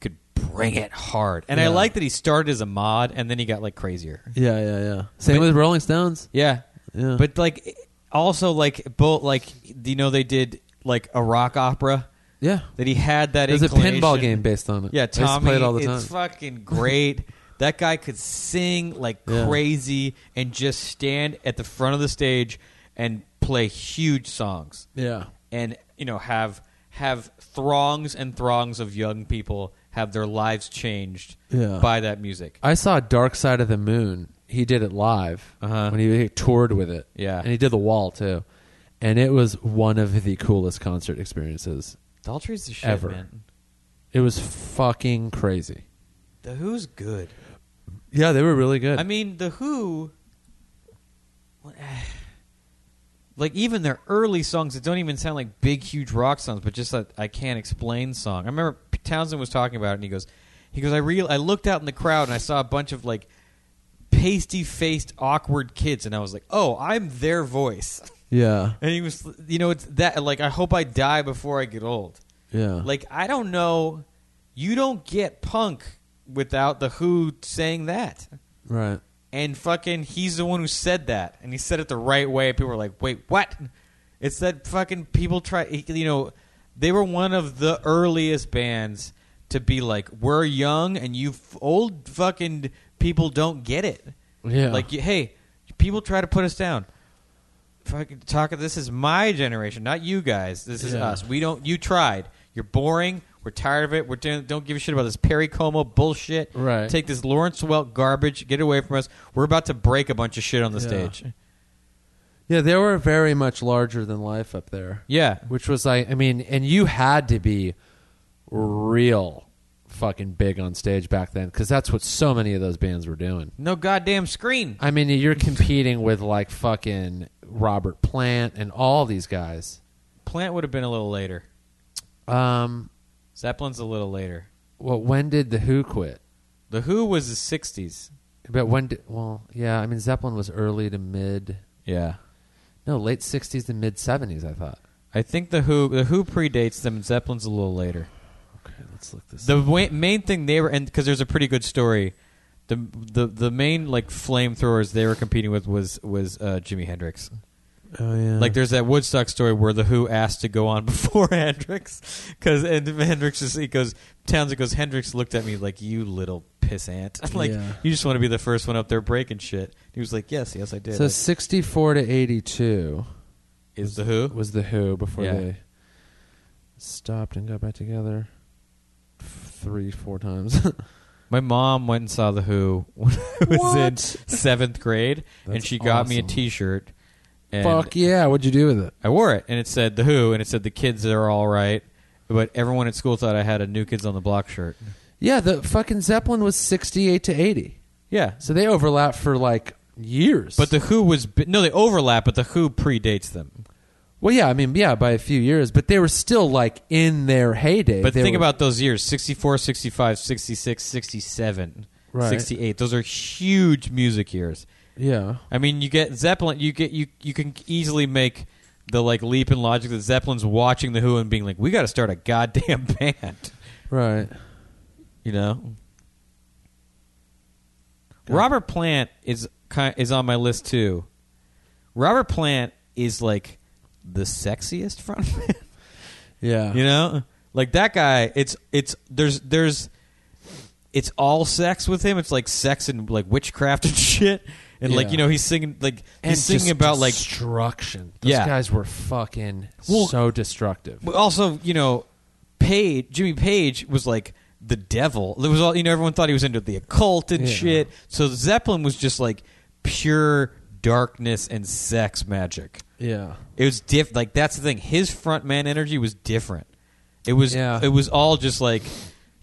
B: could bring it hard. And I
A: Yeah.
B: like that he started as a mod and then he got like crazier.
A: [laughs] yeah, yeah, yeah. Same
B: But-
A: with Rolling Stones.
B: Yeah,
A: Yeah.
B: But like, also like both like you know they did like a rock opera
A: Yeah,
B: that he had that.
A: There's a
B: inclination.
A: pinball game based on it. I
B: Yeah,
A: used to play
B: Tommy.
A: it all the
B: It's
A: time.
B: fucking great.
A: [laughs]
B: that guy could sing like
A: Yeah.
B: crazy and just stand at the front of the stage and play huge songs
A: Yeah,
B: and you know have have throngs and throngs of young people have their lives changed
A: Yeah.
B: by that music.
A: I saw Dark Side of the Moon. He did it live
B: Uh-huh.
A: when he, he toured with it.
B: Yeah.
A: and he did the Wall too, and it was one of the coolest concert experiences
B: Daltrey's the shit,
A: Ever.
B: man.
A: It was fucking crazy.
B: The Who's good.
A: Yeah, they were really good. [laughs]
B: I mean, the Who, [sighs] like even their early songs that don't even sound like big, huge rock songs, but just that I can't explain song. I remember P- Townsend was talking about it, and he goes, he goes, I real, I looked out in the crowd and I saw a bunch of like pasty faced, awkward kids, and I was like, oh, I'm their voice. [laughs]
A: yeah,
B: And he was, you know, it's that like I hope I die before I get old.
A: yeah,
B: Like I don't know, you don't get punk without the Who saying that.
A: right.
B: And fucking, he's the one who said that, and he said it the right way. People were like, "Wait, what?" It's that fucking people try. You know, they were one of the earliest bands to be like, "We're young, and you f- old fucking people don't get it."
A: Yeah.
B: like, you- hey, people try to put us down. Fucking talk. This is my generation, not you guys. This is
A: Yeah.
B: us. We don't. You tried. You're boring. We're tired of it. We're doing, don't give a shit about this Perry Como bullshit.
A: Right.
B: Take this Lawrence Welk garbage. Get away from us. We're about to break a bunch of shit on the
A: Yeah.
B: stage.
A: Yeah, they were very much larger than life up there.
B: Yeah.
A: Which was like, I mean, and you had to be real fucking big on stage back then because that's what so many of those bands were doing.
B: No goddamn screen.
A: I mean, you're competing with like fucking Robert Plant and all these guys.
B: Plant would have been a little later.
A: Um,
B: Zeppelin's a little later.
A: well, when did The Who quit?
B: The Who was the '60s.
A: But when did, well, yeah, I mean, Zeppelin was early to mid,
B: Yeah.
A: no, late 60s to mid 70s, I thought.
B: I think the Who the Who predates them. and Zeppelin's a little later.
A: Okay, let's look this
B: The wa- main thing they were, and because there's a pretty good story, the the the main like flamethrowers they were competing with was was uh, Jimi Hendrix.
A: Oh, yeah.
B: Like there's that Woodstock story where the Who asked to go on [laughs] before Hendrix, because and Hendrix just he goes Townsend goes Hendrix looked at me like you little piss ant, [laughs] like
A: Yeah.
B: you just want to be the first one up there breaking shit. He was like, yes, yes, I did.
A: so
B: Like,
A: 64 to 82.
B: is the Who?
A: was the Who before
B: Yeah.
A: they stopped and got back together three, four times. [laughs]
B: My mom went and saw the Who [laughs] when I was in
A: What?
B: seventh grade, and
A: That's
B: she got me a
A: awesome.
B: T-shirt. And
A: Fuck yeah! What'd you do with it?
B: I wore it, and it said the Who, and it said the kids are all right, but everyone at school thought I had a New Kids on the Block shirt.
A: Yeah, the fucking Zeppelin was sixty-eight to eighty,
B: Yeah,
A: so they overlapped for like years.
B: but the Who was bi- no, they overlap, but the Who predates them.
A: well, yeah, I mean, yeah, by a few years, but they were still like in their heyday.
B: But
A: They
B: think
A: were-
B: about those years 64, 65, 66, 67,
A: Right.
B: 68. Those are huge music years.
A: yeah,
B: I mean, you get Zeppelin. You get you. You can easily make the like leap in logic that Zeppelin's watching the Who and being like, "We got to start a goddamn [laughs] band,"
A: right.
B: you know.
A: Yeah.
B: Robert Plant is ki is on my list too. Robert Plant is like the sexiest frontman, [laughs]
A: Yeah,
B: you know. Like that guy, it's it's there's there's it's all sex with him. It's like sex and like witchcraft [laughs] and shit. And like
A: Yeah.
B: you know, he's singing like
A: and
B: he's singing
A: just
B: about like
A: destruction. Those
B: Yeah.
A: guys were fucking
B: Well-
A: so destructive.
B: But also, you know, Page Jimmy Page was like the devil. There was all you know. Everyone thought he was into the occult and
A: Yeah.
B: shit. So Zeppelin was just like pure darkness and sex magic.
A: Yeah,
B: It was diff. Like that's the thing. His frontman energy was different. It was.
A: Yeah.
B: It was all just like,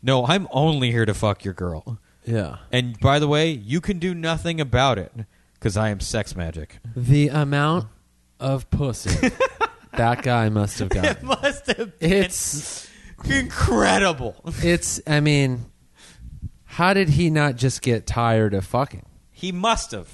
B: no, I'm only here to fuck your girl.
A: yeah.
B: And by the way, you can do nothing about it because I am sex [laughs] magic.
A: The amount of [laughs] pussy that guy must have gotten.
B: Must [laughs] have
A: It's
B: incredible.
A: it's I mean, how did he not just get tired of fucking?
B: He must have.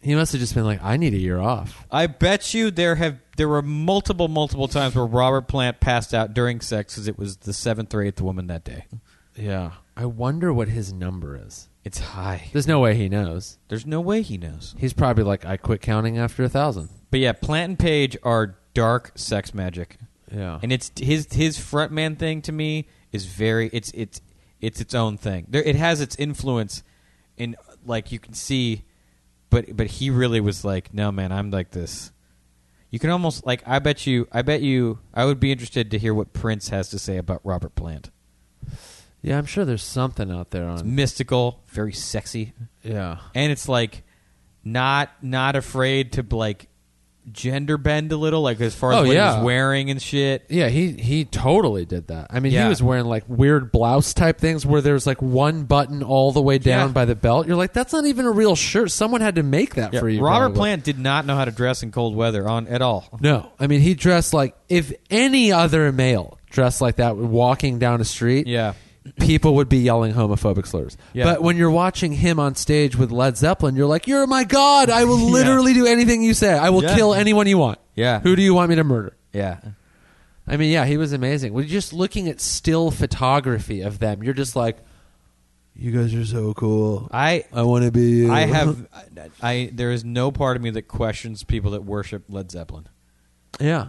A: He must have just been like, I need a year off.
B: I bet you there have there were multiple multiple times where Robert Plant passed out during sex because it was the seventh or eighth woman that day.
A: Yeah. I wonder what his number is.
B: It's high.
A: There's no way he knows.
B: There's no way he knows.
A: He's probably like, I quit counting after a thousand.
B: But yeah, Plant and Page are dark sex magic,
A: Yeah.
B: and it's his his frontman thing to me is very it's it's it's its own thing. There, it has its influence, in like you can see, but but he really was like, no man, I'm like this. You can almost like I bet you I bet you I would be interested to hear what Prince has to say about Robert Plant.
A: yeah, I'm sure there's something out there
B: It's
A: on.
B: mystical, very sexy,
A: Yeah.
B: and it's like not not afraid to like gender bend a little, like as far as
A: Oh,
B: what
A: yeah.
B: he's wearing and shit.
A: Yeah, he he totally did that. I mean,
B: Yeah.
A: he was wearing like weird blouse type things where there's like one button all the way down
B: Yeah.
A: by the belt. You're like, that's not even a real shirt. Someone had to make that for you.
B: Robert
A: probably.
B: Plant did not know how to dress in cold weather on at all.
A: No, I mean he dressed like if any other male dressed like that walking down a street,
B: Yeah.
A: people would be yelling homophobic slurs.
B: Yeah.
A: But when you're watching him on stage with Led Zeppelin, you're like, "You're my god! I will
B: [laughs] Yeah.
A: literally do anything you say. I will
B: Yeah.
A: kill anyone you want.
B: Yeah.
A: Who do you want me to murder?"
B: Yeah.
A: I mean, yeah, he was amazing. We're just looking at still photography of them. You're just like, "You guys are so cool.
B: I
A: I want to be." You.
B: I have I, I there is no part of me that questions people that worship Led Zeppelin.
A: [laughs] yeah.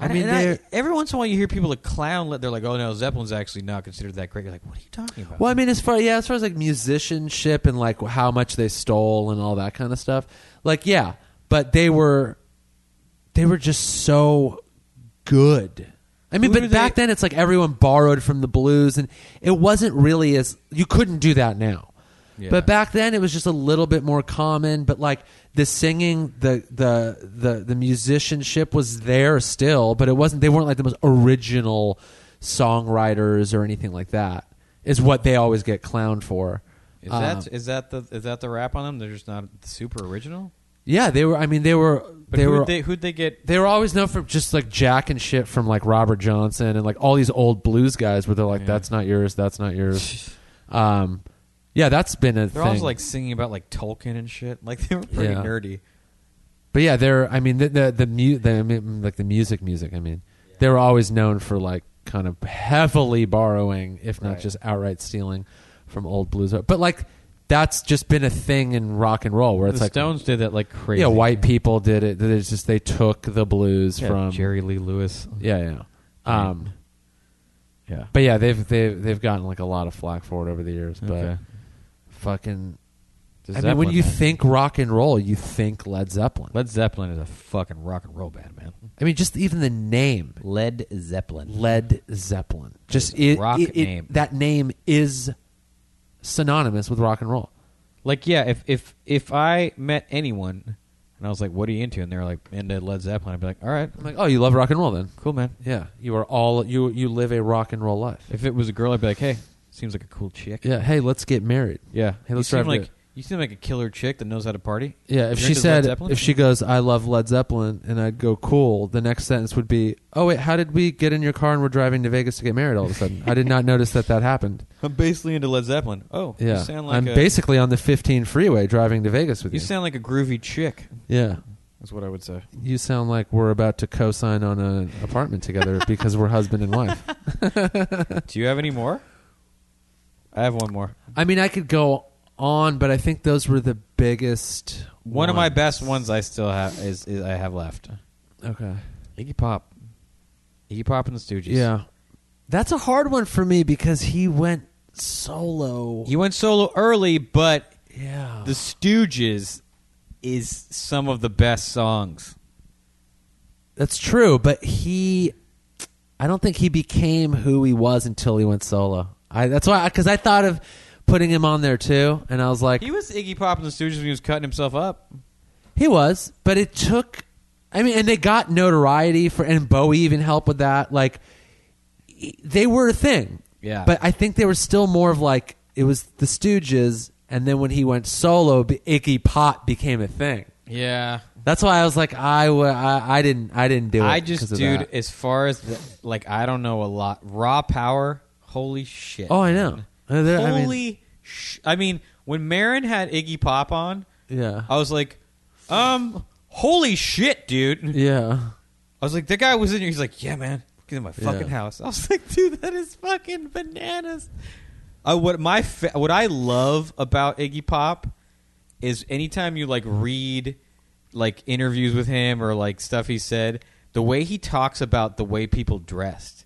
A: I
B: And-
A: mean,
B: and I-
A: they're-
B: every once in a while you hear people that clown. Led- They're like, "Oh no, Zeppelin's actually not considered that great." You're like, "What are you talking about?"
A: Well, I mean, as far yeah, as far as like musicianship and like how much they stole and all that kind of stuff, like yeah, but they were they were just so good. I mean,
B: Who do
A: but back
B: they-
A: then it's like everyone borrowed from the blues, and it wasn't really as you couldn't do that now.
B: Yeah.
A: But back then it was just a little bit more common. But like the singing, the the the the musicianship was there still, but it wasn't. They weren't like the most original songwriters or anything like that. Is what they always get clowned for.
B: Is
A: Um,
B: that is that the is that the rap on them? They're just not super original.
A: yeah? They were. I mean, they were.
B: But
A: they
B: who'd
A: were.
B: they who'd they get?
A: they were always known for just like jack and shit from like Robert Johnson and like all these old blues guys where they're like,
B: Yeah.
A: "That's not yours. That's not
B: [laughs]
A: yours." um, yeah, that's been a
B: They're
A: thing.
B: always like singing about like Tolkien and shit. Like [laughs] they were pretty
A: Yeah.
B: nerdy.
A: But yeah, they're. I mean, the the the, mu- the I mean, like the music, music. I mean, they were always known for like kind of heavily borrowing, if not
B: Right.
A: just outright stealing, from old blues. But like, that's just been a thing in rock and roll, where it's
B: the
A: like,
B: Stones did that like crazy.
A: yeah, white people did it. It's just they took the blues
B: Yeah,
A: from
B: Jerry Lee Lewis.
A: Yeah, yeah. Um,
B: Yeah.
A: but yeah, they've they've they've gotten like a lot of flack for it over the years. But
B: Okay.
A: fucking,
B: The
A: I mean, when
B: Zeppelin
A: you
B: band.
A: think rock and roll, you think Led Zeppelin.
B: Led Zeppelin is a fucking rock and roll band, man.
A: I mean, just even the name
B: Led Zeppelin.
A: Led Zeppelin. Just
B: It's a
A: it,
B: rock
A: it- it-
B: name.
A: That name is synonymous with rock and roll.
B: Like, yeah, if if if I met anyone and I was like, "What are you into?" and they were like, "Into Led Zeppelin," I'd be like, "All right,
A: I'm like, oh, you love rock and roll then?
B: cool, man."
A: Yeah, you are all you. You live a rock and roll life.
B: If it was a girl, I'd be like, "Hey, seems like a cool chick."
A: Yeah. Hey, let's get married.
B: yeah.
A: Hey, let's
B: you
A: drive
B: seem
A: to
B: like
A: it.
B: you seem like a killer chick that knows how to party.
A: Yeah, if
B: You're
A: she
B: into Led
A: said
B: Zeppelin?
A: if she goes, I love Led Zeppelin, and I'd go cool. The next sentence would be, Oh wait, how did we get in your car and we're driving to Vegas to get married? All of a sudden, I did not notice that that happened.
B: I'm basically into Led Zeppelin. Oh,
A: Yeah,
B: you sound like
A: I'm
B: a,
A: basically on the 15 freeway driving to Vegas with you.
B: you sound like a groovy chick.
A: yeah,
B: That's what I would
A: [laughs]
B: say.
A: you sound like we're about to co-sign on an apartment together because we're husband and wife.
B: Do you have any more? I have one more.
A: I mean, I could go on, but I think those were the biggest.
B: One of my
A: ones.
B: best ones I still have is, is I have left.
A: Okay.
B: Iggy Pop, Iggy Pop and the Stooges.
A: Yeah, that's a hard one for me because he went solo.
B: he went solo early, but
A: yeah.
B: the Stooges is some of the best songs.
A: That's true, but he, I don't think he became who he was until he went solo. I that's why because I thought of putting him on there too, and I was like,
B: He was Iggy Pop and the Stooges when he was cutting himself up.
A: he was, but it took. I mean, and they got notoriety for, and Bowie even helped with that. Like, e- they were a thing.
B: Yeah.
A: But I think they were still more of like it was the Stooges, and then when he went solo, B- Iggy Pop became a thing.
B: Yeah,
A: That's why I was like, I, wa- I, I didn't, I didn't do it.
B: I
A: 'cause
B: just
A: of
B: dude,
A: that.
B: as far as the, like I don't know a lot. Raw Power, holy shit!
A: Oh, I know. Uh, there- I mean-
B: Holy, sh- I mean, when Marin had Iggy Pop on,
A: yeah,
B: I was like, um, holy shit, dude.
A: yeah.
B: I was like, that guy was in here. He's like, yeah, man, get in my fucking
A: Yeah.
B: house. I was [laughs] like, dude, that is fucking bananas. I what my fa- what I love about Iggy Pop is anytime you like read like interviews with him or like stuff he said, the way he talks about the way people dressed.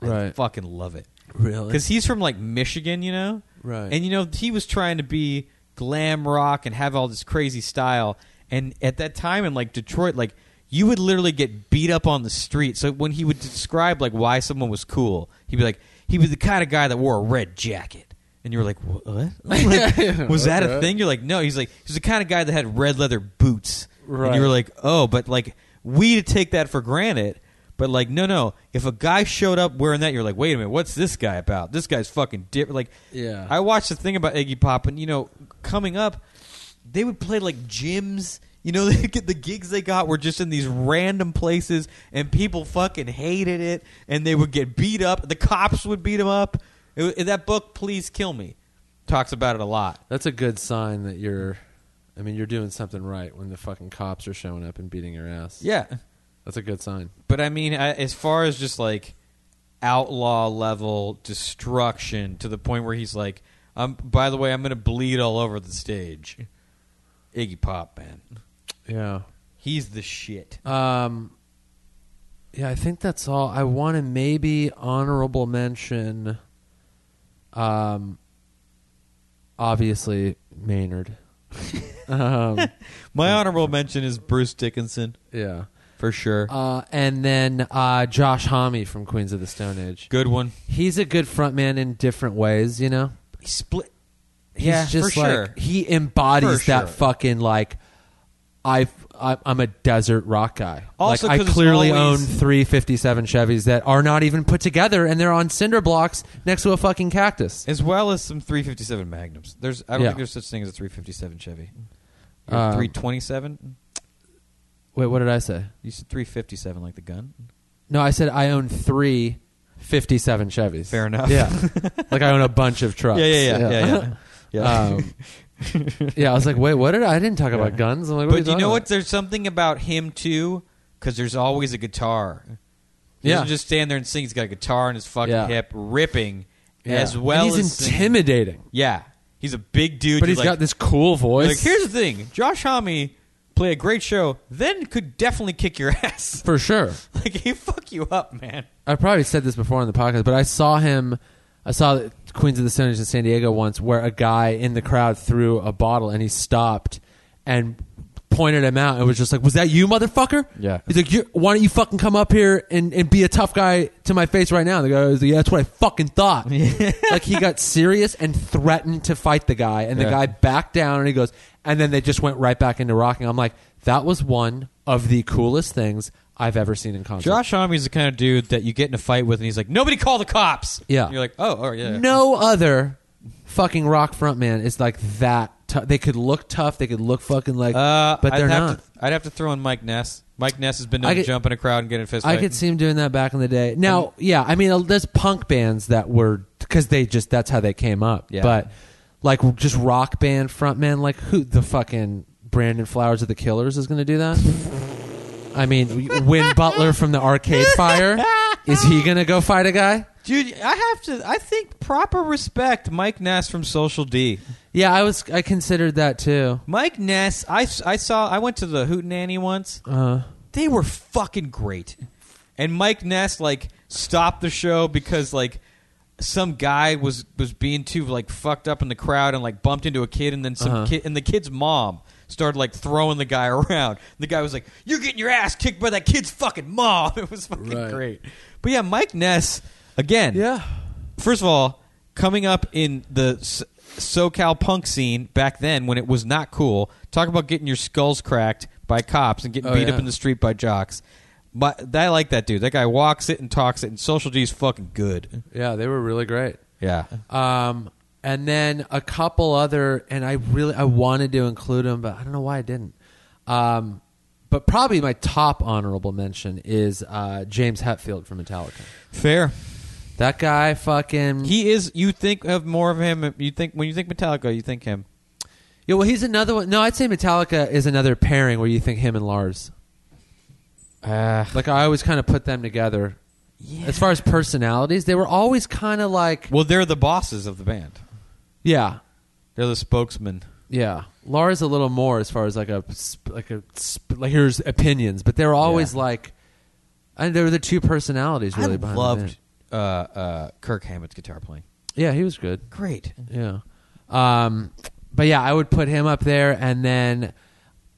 B: I
A: Right.
B: fucking love it.
A: Really?
B: Because he's from like Michigan, you know?
A: Right.
B: And you know, he was trying to be glam rock and have all this crazy style. And at that time in like Detroit, like you would literally get beat up on the street. So when he would describe like why someone was cool, he'd be like, he was the kind of guy that wore a red jacket. And you were like, what? [laughs]
A: [laughs]
B: Like, was that a
A: Okay.
B: thing? You're like, no. He's like, he's the kind of guy that had red leather boots. And
A: Right.
B: you were like, oh, but like we take that for granted. But like, no, no. If a guy showed up wearing that, you're like, wait a minute, what's this guy about? This guy's fucking different. Like,
A: Yeah.
B: I watched the thing about Iggy Pop, and you know, coming up, they would play like gyms. You know, [laughs] they get, the gigs they got were just in these random places, and people fucking hated it, and they would get beat up. The cops would beat them up. It, wa- that book, please kill me, talks about it a lot.
A: That's a good sign that you're. I mean, you're doing something right when the fucking cops are showing up and beating your ass.
B: Yeah.
A: that's a good sign.
B: But I mean, I- as far as just like outlaw level destruction to the point where he's like, "Um, by the way, I'm going to bleed all over the stage." Iggy Pop, man,
A: Yeah.
B: he's the shit.
A: Um. Yeah, I think that's all. I want to maybe honorable mention. Um. Obviously, Maynard. um.
B: My honorable mention is Bruce Dickinson
A: Yeah.
B: for sure.
A: Uh, and then uh, Josh Homme from Queens of the Stone Age.
B: Good one.
A: He's a good frontman in different ways, you know.
B: He split.
A: He's
B: yeah,
A: just
B: for
A: like
B: sure.
A: he embodies
B: For
A: that
B: sure.
A: fucking like I've, I I'm a desert rock guy.
B: Also,
A: like I
B: 'cause it's
A: clearly
B: always-
A: own three fifty seven Chevys that are not even put together and they're on cinder blocks next to a fucking cactus.
B: As well as some 357 Magnums. There's, I don't
A: Yeah.
B: think there's such thing as a 357 Chevy.
A: Um,
B: 327.
A: Wait, what did I say?
B: You said 357, like the gun.
A: No, I said I own three fifty seven Chevys.
B: Fair enough. [laughs]
A: Yeah, like I own a bunch of trucks.
B: Yeah, yeah, yeah, yeah,
A: [laughs]
B: yeah.
A: Um,
B: [laughs]
A: yeah, I was like, wait, what did I? I didn't talk about guns. I'm like, what are
B: but you
A: talking
B: know what?
A: about?
B: There's something about him too, because there's always a guitar. He
A: Yeah.
B: doesn't just stand there and sing. He's got a guitar in his fucking
A: Yeah.
B: hip, ripping
A: Yeah.
B: as well.
A: And
B: as
A: he's
B: singing.
A: intimidating,
B: Yeah, he's a big dude.
A: but
B: he's
A: he's got this cool voice.
B: Like, here's the thing: Josh Homme play a great show, then could definitely kick your [laughs] ass.
A: for sure.
B: like he fuck you up, man.
A: I probably said this before on the podcast, but I saw him. I saw Queens of the Stone Age in San Diego once, where a guy in the crowd threw a bottle, and he stopped and pointed him out and was just like, "Was that you, motherfucker?"
C: Yeah.
A: He's like, you "Why don't you fucking come up here and, and be a tough guy to my face right now?" The guy was like, "Yeah, that's what I
C: [laughs]
A: fucking thought." like he got serious and threatened to fight the guy, and the
C: Yeah.
A: guy backed down, and he goes, and then they just went right back into rocking. I'm like, that was one of the coolest things I've ever seen in concert.
B: Josh Homme's the kind of dude that you get in a fight with, and he's like, "Nobody call the cops."
A: Yeah.
B: And you're like, "Oh, oh yeah."
A: no other fucking rock front man is like that. T- they could look tough. They could look fucking like,
B: uh,
A: but
B: I'd
A: they're
B: have
A: not.
B: To, I'd have to throw in Mike Ness. Mike Ness has been known
A: I
B: to
A: could-
B: jump in a crowd and get in a fist
A: I
B: fight.
A: could see him doing that back in the day.
B: Um,
A: Now, yeah, I mean, uh, there's punk bands that were because they just that's how they came up.
B: Yeah.
A: But like just rock band frontmen, like who the fucking Brandon Flowers of the Killers is going to do that? I mean, Win Butler from the Arcade
B: [laughs]
A: Fire is he going to go fight a guy?
B: Dude, I have to. I think proper respect, Mike Ness from Social D.
A: Yeah, I was I considered that too.
B: Mike Ness, I, I saw. I went to the Hootenanny once.
A: Uh,
B: They were fucking great. And Mike Ness like stopped the show because like some guy was was being too like fucked up in the crowd and like bumped into a kid and then some
A: Uh-huh.
B: kid and the kid's mom started like throwing the guy [laughs] around. The guy was like, "You're getting your ass kicked by that kid's fucking mom." [laughs] It was fucking
A: Right.
B: great. But yeah, Mike Ness again. First of all, coming up in the S- SoCal punk scene back then when it was not cool, talk about getting your skulls cracked by cops and getting
A: Oh,
B: beat
A: yeah.
B: up in the street by jocks. But I like that dude. That guy walks it and talks it, and Social G's fucking good.
A: yeah, they were really great.
B: Yeah.
A: Um, and then a couple other, and I really I wanted to include them, but I don't know why I didn't. Um, but probably my top honorable mention is uh, James Hetfield from Metallica.
B: Fair.
A: That guy fucking
B: He is. You think of more of him. You think when you think Metallica, you think him.
A: yeah. Well, he's another one. No, I'd say Metallica is another pairing where you think him and Lars.
B: Uh,
A: Like I always kind of put them together.
B: Yeah.
A: As far as personalities, they were always kind of like
B: well, they're the bosses of the band.
A: yeah,
B: They're the spokesman.
A: Yeah, Lara's a little more as far as like a sp- like a sp- like here's opinions, but they're always
B: Yeah.
A: like, and they were the two personalities really.
B: I
A: behind the band.
B: loved uh, uh, Kirk Hammett's guitar playing.
A: Yeah, he was good.
B: Great.
A: Yeah, um, but yeah, I would put him up there, and then,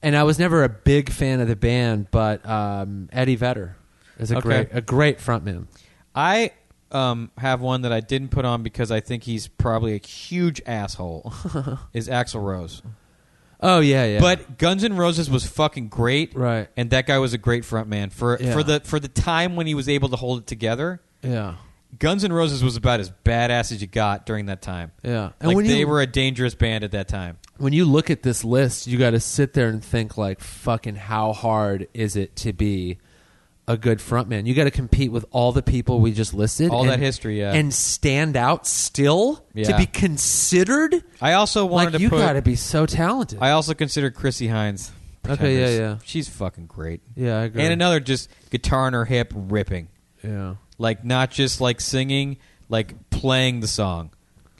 A: and I was never a big fan of the band, but um, Eddie Vedder is a
B: Okay.
A: great a great frontman.
B: I um, have one that I didn't put on because I think he's probably a huge
A: [laughs]
B: asshole. is Axl Rose,
A: Oh yeah, yeah.
B: but Guns N' Roses was fucking great,
A: Right.
B: And that guy was a great frontman for
A: Yeah.
B: for the for the time when he was able to hold it together.
A: yeah,
B: Guns N' Roses was about as badass as you got during that time.
A: yeah.
B: And like
A: when
B: they
A: you,
B: were a dangerous band at that time.
A: when you look at this list, you got to sit there and think like, fucking, how hard is it to be a good frontman? You got to compete with all the people we just listed,
B: All
A: and-
B: that history, yeah.
A: and stand out still to
B: Yeah.
A: be considered.
B: I also wanted
A: Like
B: to
A: you
B: put.
A: got to be so talented.
B: I also considered Chrissy Hines.
A: Okay, yeah,
B: Pretenders.
A: yeah.
B: She's fucking great.
A: yeah, I agree.
B: And another just guitar in her hip ripping.
A: yeah,
B: like not just like singing like playing the song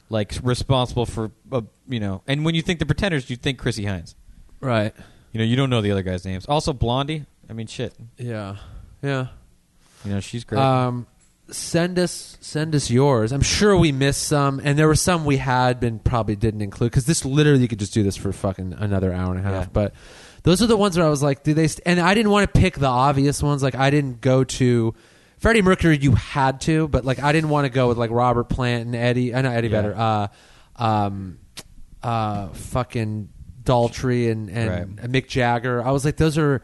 B: like responsible for uh, you know and when you think the pretenders you think chrissy hines
A: right.
B: you know you don't know the other guys names also blondie i mean shit
A: Yeah, yeah.
B: you know she's great
A: Um, send us send us yours. I'm sure we missed some, and there were some we had been probably didn't include because this literally you could just do this for fucking another hour and a half.
B: Yeah.
A: But those are the ones where I was like, do they? St-? And I didn't want to pick the obvious ones. Like I didn't go to. Freddie Mercury, you had to, but like I didn't want to go with like Robert Plant and Eddie, uh, not Eddie
B: Yeah.
A: Vedder, uh, um, uh, fucking Daltrey and and
B: Right.
A: Mick Jagger. I was like, those are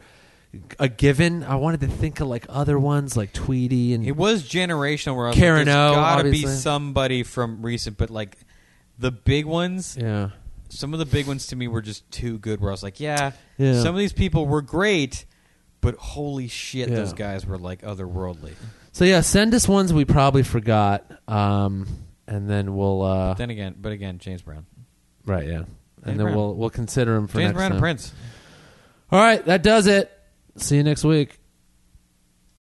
A: a given. I wanted to think of like other ones like Tweety and
B: it was generational where I was
A: Karen
B: like, there's
A: O,
B: gotta be
A: obviously.
B: somebody from recent but like the big ones
A: Yeah.
B: some of the big ones to me were just too good where i was like yeah,
A: Yeah.
B: some of these people were great but holy shit
A: Yeah.
B: those guys were like otherworldly
A: So yeah, send us ones we probably forgot, um, and then we'll uh,
B: then again but again james brown
A: right, yeah,
B: James
A: and then
B: Brown.
A: we'll we'll consider them for
B: james
A: next
B: brown
A: time.
B: and prince
A: All right, that does it. See you next week.